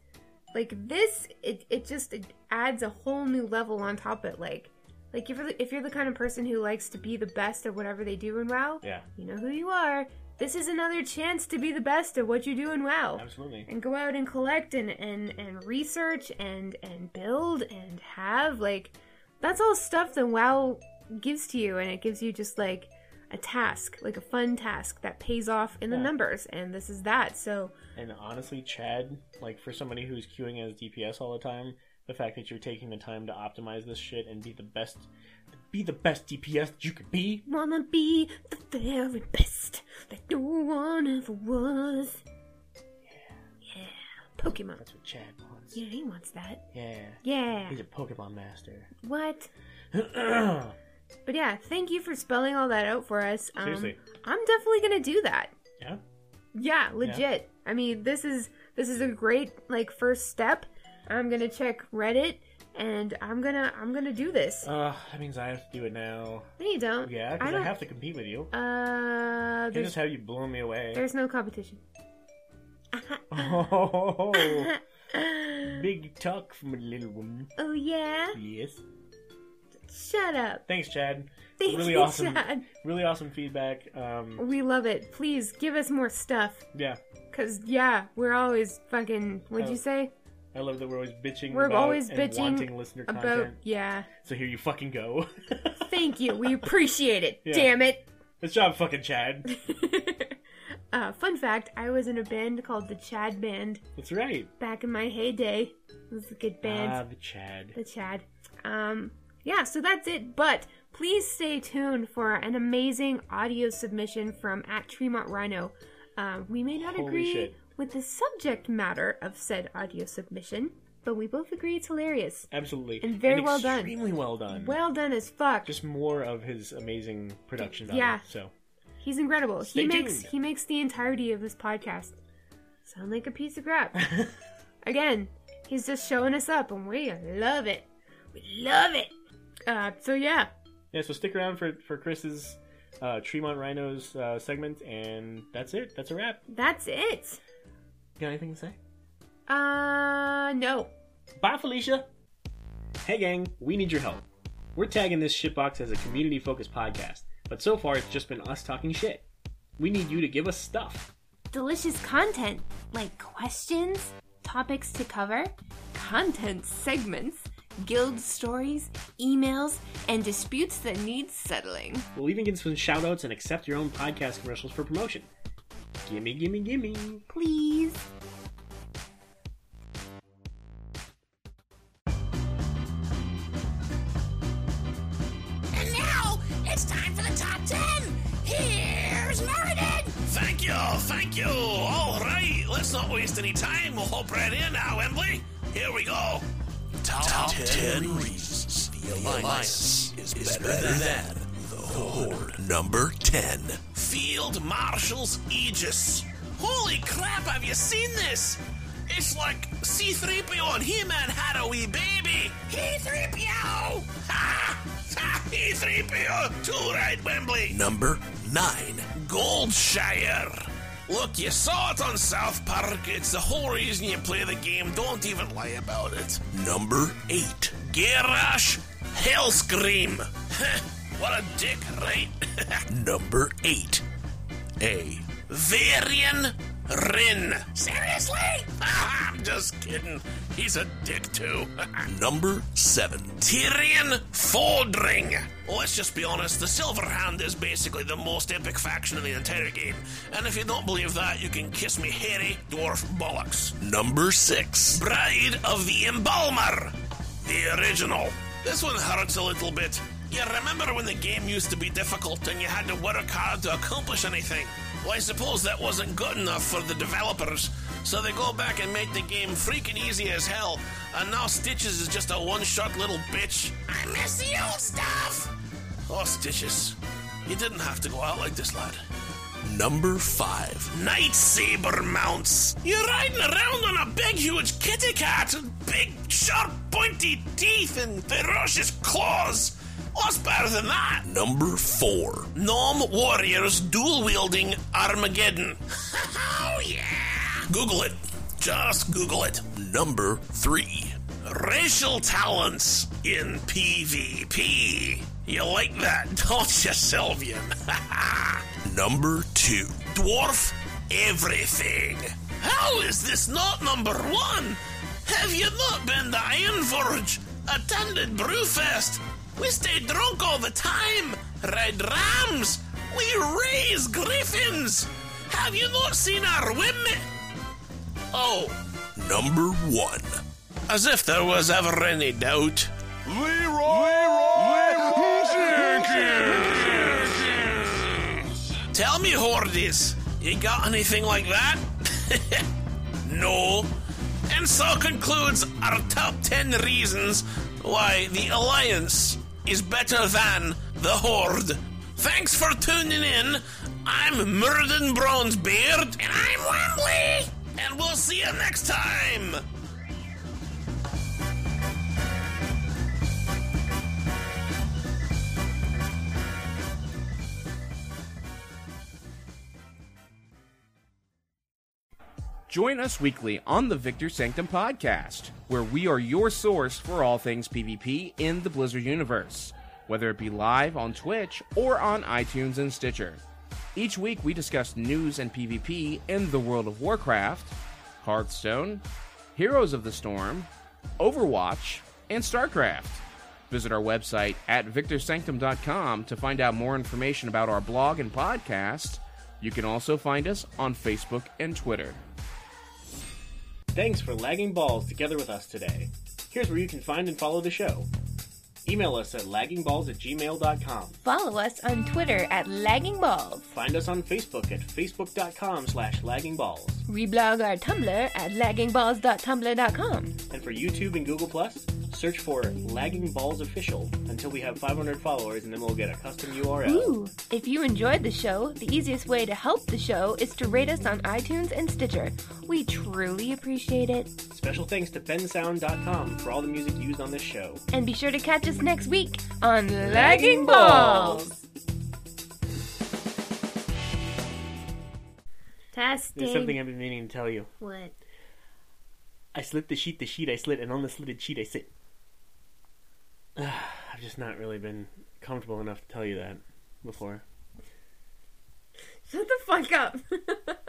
S1: like this, it, it just it adds a whole new level on top of it. Like, like if you're the, if you're the kind of person who likes to be the best at whatever they do in WoW,
S2: Yeah,
S1: you know who you are. This is another chance to be the best at what you do in WoW,
S2: absolutely.
S1: and go out and collect and and and research and and build and have like, that's all stuff that WoW gives to you, and it gives you just like a task, like a fun task that pays off in the
S2: Yeah.
S1: numbers, and this is that. So.
S2: And honestly, Chad, like for somebody who's queuing as DPS all the time, the fact that you're taking the time to optimize this shit and be the best, be the best DPS that you could be,
S1: Wanna be the very best that no one ever was. Yeah. Pokemon.
S2: That's what Chad wants.
S1: Yeah, he wants that.
S2: Yeah.
S1: Yeah.
S2: He's a Pokemon master.
S1: What? But yeah, thank you for spelling all that out for us. Um,
S2: Seriously.
S1: I'm definitely gonna do that.
S2: yeah.
S1: Yeah, legit. I mean, this is this is a great like first step. I'm gonna check Reddit, and I'm gonna I'm gonna do this.
S2: Uh, that means I have to do it now.
S1: no, you don't.
S2: Yeah, because I,
S1: don't-
S2: have to compete with you.
S1: Uh,
S2: Can't
S1: there's
S2: just have you blow me away.
S1: there's no competition.
S2: Oh, big talk from a little woman.
S1: Oh yeah.
S2: Yes.
S1: Shut up.
S2: Thanks, Chad.
S1: Thank
S2: really
S1: you,
S2: awesome.
S1: Chad.
S2: Really awesome feedback. Um,
S1: We love it. Please give us more stuff.
S2: yeah,
S1: Cause yeah, we're always fucking. What'd
S2: Oh,
S1: you say?
S2: I love that we're always bitching.
S1: We're
S2: about
S1: always
S2: and
S1: bitching
S2: wanting listener
S1: About
S2: content.
S1: yeah.
S2: So here you fucking go.
S1: Thank you. We appreciate it.
S2: Yeah.
S1: Damn it.
S2: Good job, fucking Chad.
S1: Uh, fun fact: I was in a band called the Chad Band
S2: That's right.
S1: back in my heyday. It was a good band.
S2: Ah, the Chad.
S1: the Chad. Um, yeah, so that's it. But please stay tuned for an amazing audio submission from at Tremont Rhino. Uh, we may not
S2: Holy
S1: agree
S2: shit.
S1: with the subject matter of said audio submission, but we both agree it's hilarious.
S2: Absolutely.
S1: And very well done.
S2: Extremely well done.
S1: Well done as fuck.
S2: just more of his amazing production value.
S1: Yeah.
S2: So
S1: He's incredible.
S2: Stay
S1: He makes
S2: tuned.
S1: he makes the entirety of this podcast sound like a piece of crap. Again, he's just showing us up, and we love it. We love it. Uh, so yeah,
S2: yeah, so stick around for for Chris's uh, Tremont Rhinos uh, segment, and that's it. That's a wrap.
S1: that's it.
S2: Got anything to say?
S1: Uh, no.
S2: Bye, Felicia. Hey, gang, we need your help. We're tagging this shitbox as a community focused podcast. But so far, it's just been us talking shit. We need you to give us stuff.
S1: Delicious content like questions, topics to cover, content segments, guild stories, emails, and disputes that need settling.
S2: We'll even get some shout outs and accept your own podcast commercials for promotion. Gimme, gimme, gimme.
S1: Please.
S6: And now it's time for the top 10. Here's Meriden.
S7: Thank you, thank you. All right, let's not waste any time. We'll hop right in now, Emily. Here we go. Top, 10, reasons the alliance, is, better, than, the horde. Number 10. Field Marshal's Aegis. Holy crap, have you seen this? It's like C3PO and He-Man had a wee baby. He3PO! Ha! Ha! He3PO! Too right, Wembley. Number 9. Goldshire. Look, you saw it on South Park. It's the whole reason you play the game. Don't even lie about it. Number 8. Garrosh Hellscream. Heh, what a dick, right? Number 8. A. Varian Rin. Seriously? I'm just kidding. He's a dick, too. Number 7. Tyrion Fordring. Let's just be honest, the Silver Hand is basically the most epic faction in the entire game. And if you don't believe that, you can kiss me hairy dwarf bollocks. Number 6. Bride of the Embalmer. The original. This one hurts a little bit. You remember when the game used to be difficult and you had to work hard to accomplish anything? Well, I suppose that wasn't good enough for the developers, so they go back and make the game freaking easy as hell, and now Stitches is just a one shot little bitch. I miss the old stuff! Oh, Stitches. You didn't have to go out like this, lad. Number five, Nightsaber mounts. You're riding around on a big, huge kitty cat, with big, sharp, pointy teeth, and ferocious claws. What's better than that? Number four, Gnome warriors dual wielding Armageddon. oh yeah! Google it. Just Google it. Number three, racial talents in PvP. You like that, don't you, Sylvian? number two. Dwarf everything. How is this not number one? Have you not been to Ironforge? Attended Brewfest? We stay drunk all the time. Red rams. We raise griffins. Have you not seen our women? Oh. Number one. As if there was ever any doubt. Leroy! Tell me, Hordes, you got anything like that? no. And so concludes our top 10 reasons why the Alliance is better than the Horde. Thanks for tuning in. I'm Murden Bronzebeard. And I'm Wembley. And we'll see you next time.
S8: Join us weekly on the Victor Sanctum podcast, where we are your source for all things PvP in the Blizzard universe, whether it be live on Twitch or on iTunes and Stitcher. Each week we discuss news and PvP in the world of Warcraft, Hearthstone, Heroes of the Storm, Overwatch, and StarCraft. Visit our website at victorsanctum.com to find out more information about our blog and podcast. You can also find us on Facebook and Twitter.
S2: Thanks for lagging balls together with us today. Here's where you can find and follow the show. Email us at laggingballs at gmail.com.
S4: Follow us on Twitter at Lagging Balls.
S2: Find us on Facebook at facebook.com slash laggingballs.
S4: Reblog our Tumblr at laggingballs.tumblr.com.
S2: And for YouTube and Google Plus, search for Lagging Balls Official until we have 500 followers, and then we'll get a custom URL.
S4: Ooh! If you enjoyed the show, the easiest way to help the show is to rate us on iTunes and Stitcher. We truly appreciate it.
S2: Special thanks to bensound.com for all the music used on this show.
S4: And be sure to catch us next week on Lagging Balls.
S1: Testing.
S2: There's something I've been meaning to tell you.
S1: What?
S2: I slit the sheet, the sheet I slit, and on the slitted sheet I sit. I've just not really been comfortable enough to tell you that.
S9: before.
S2: Shut the fuck up.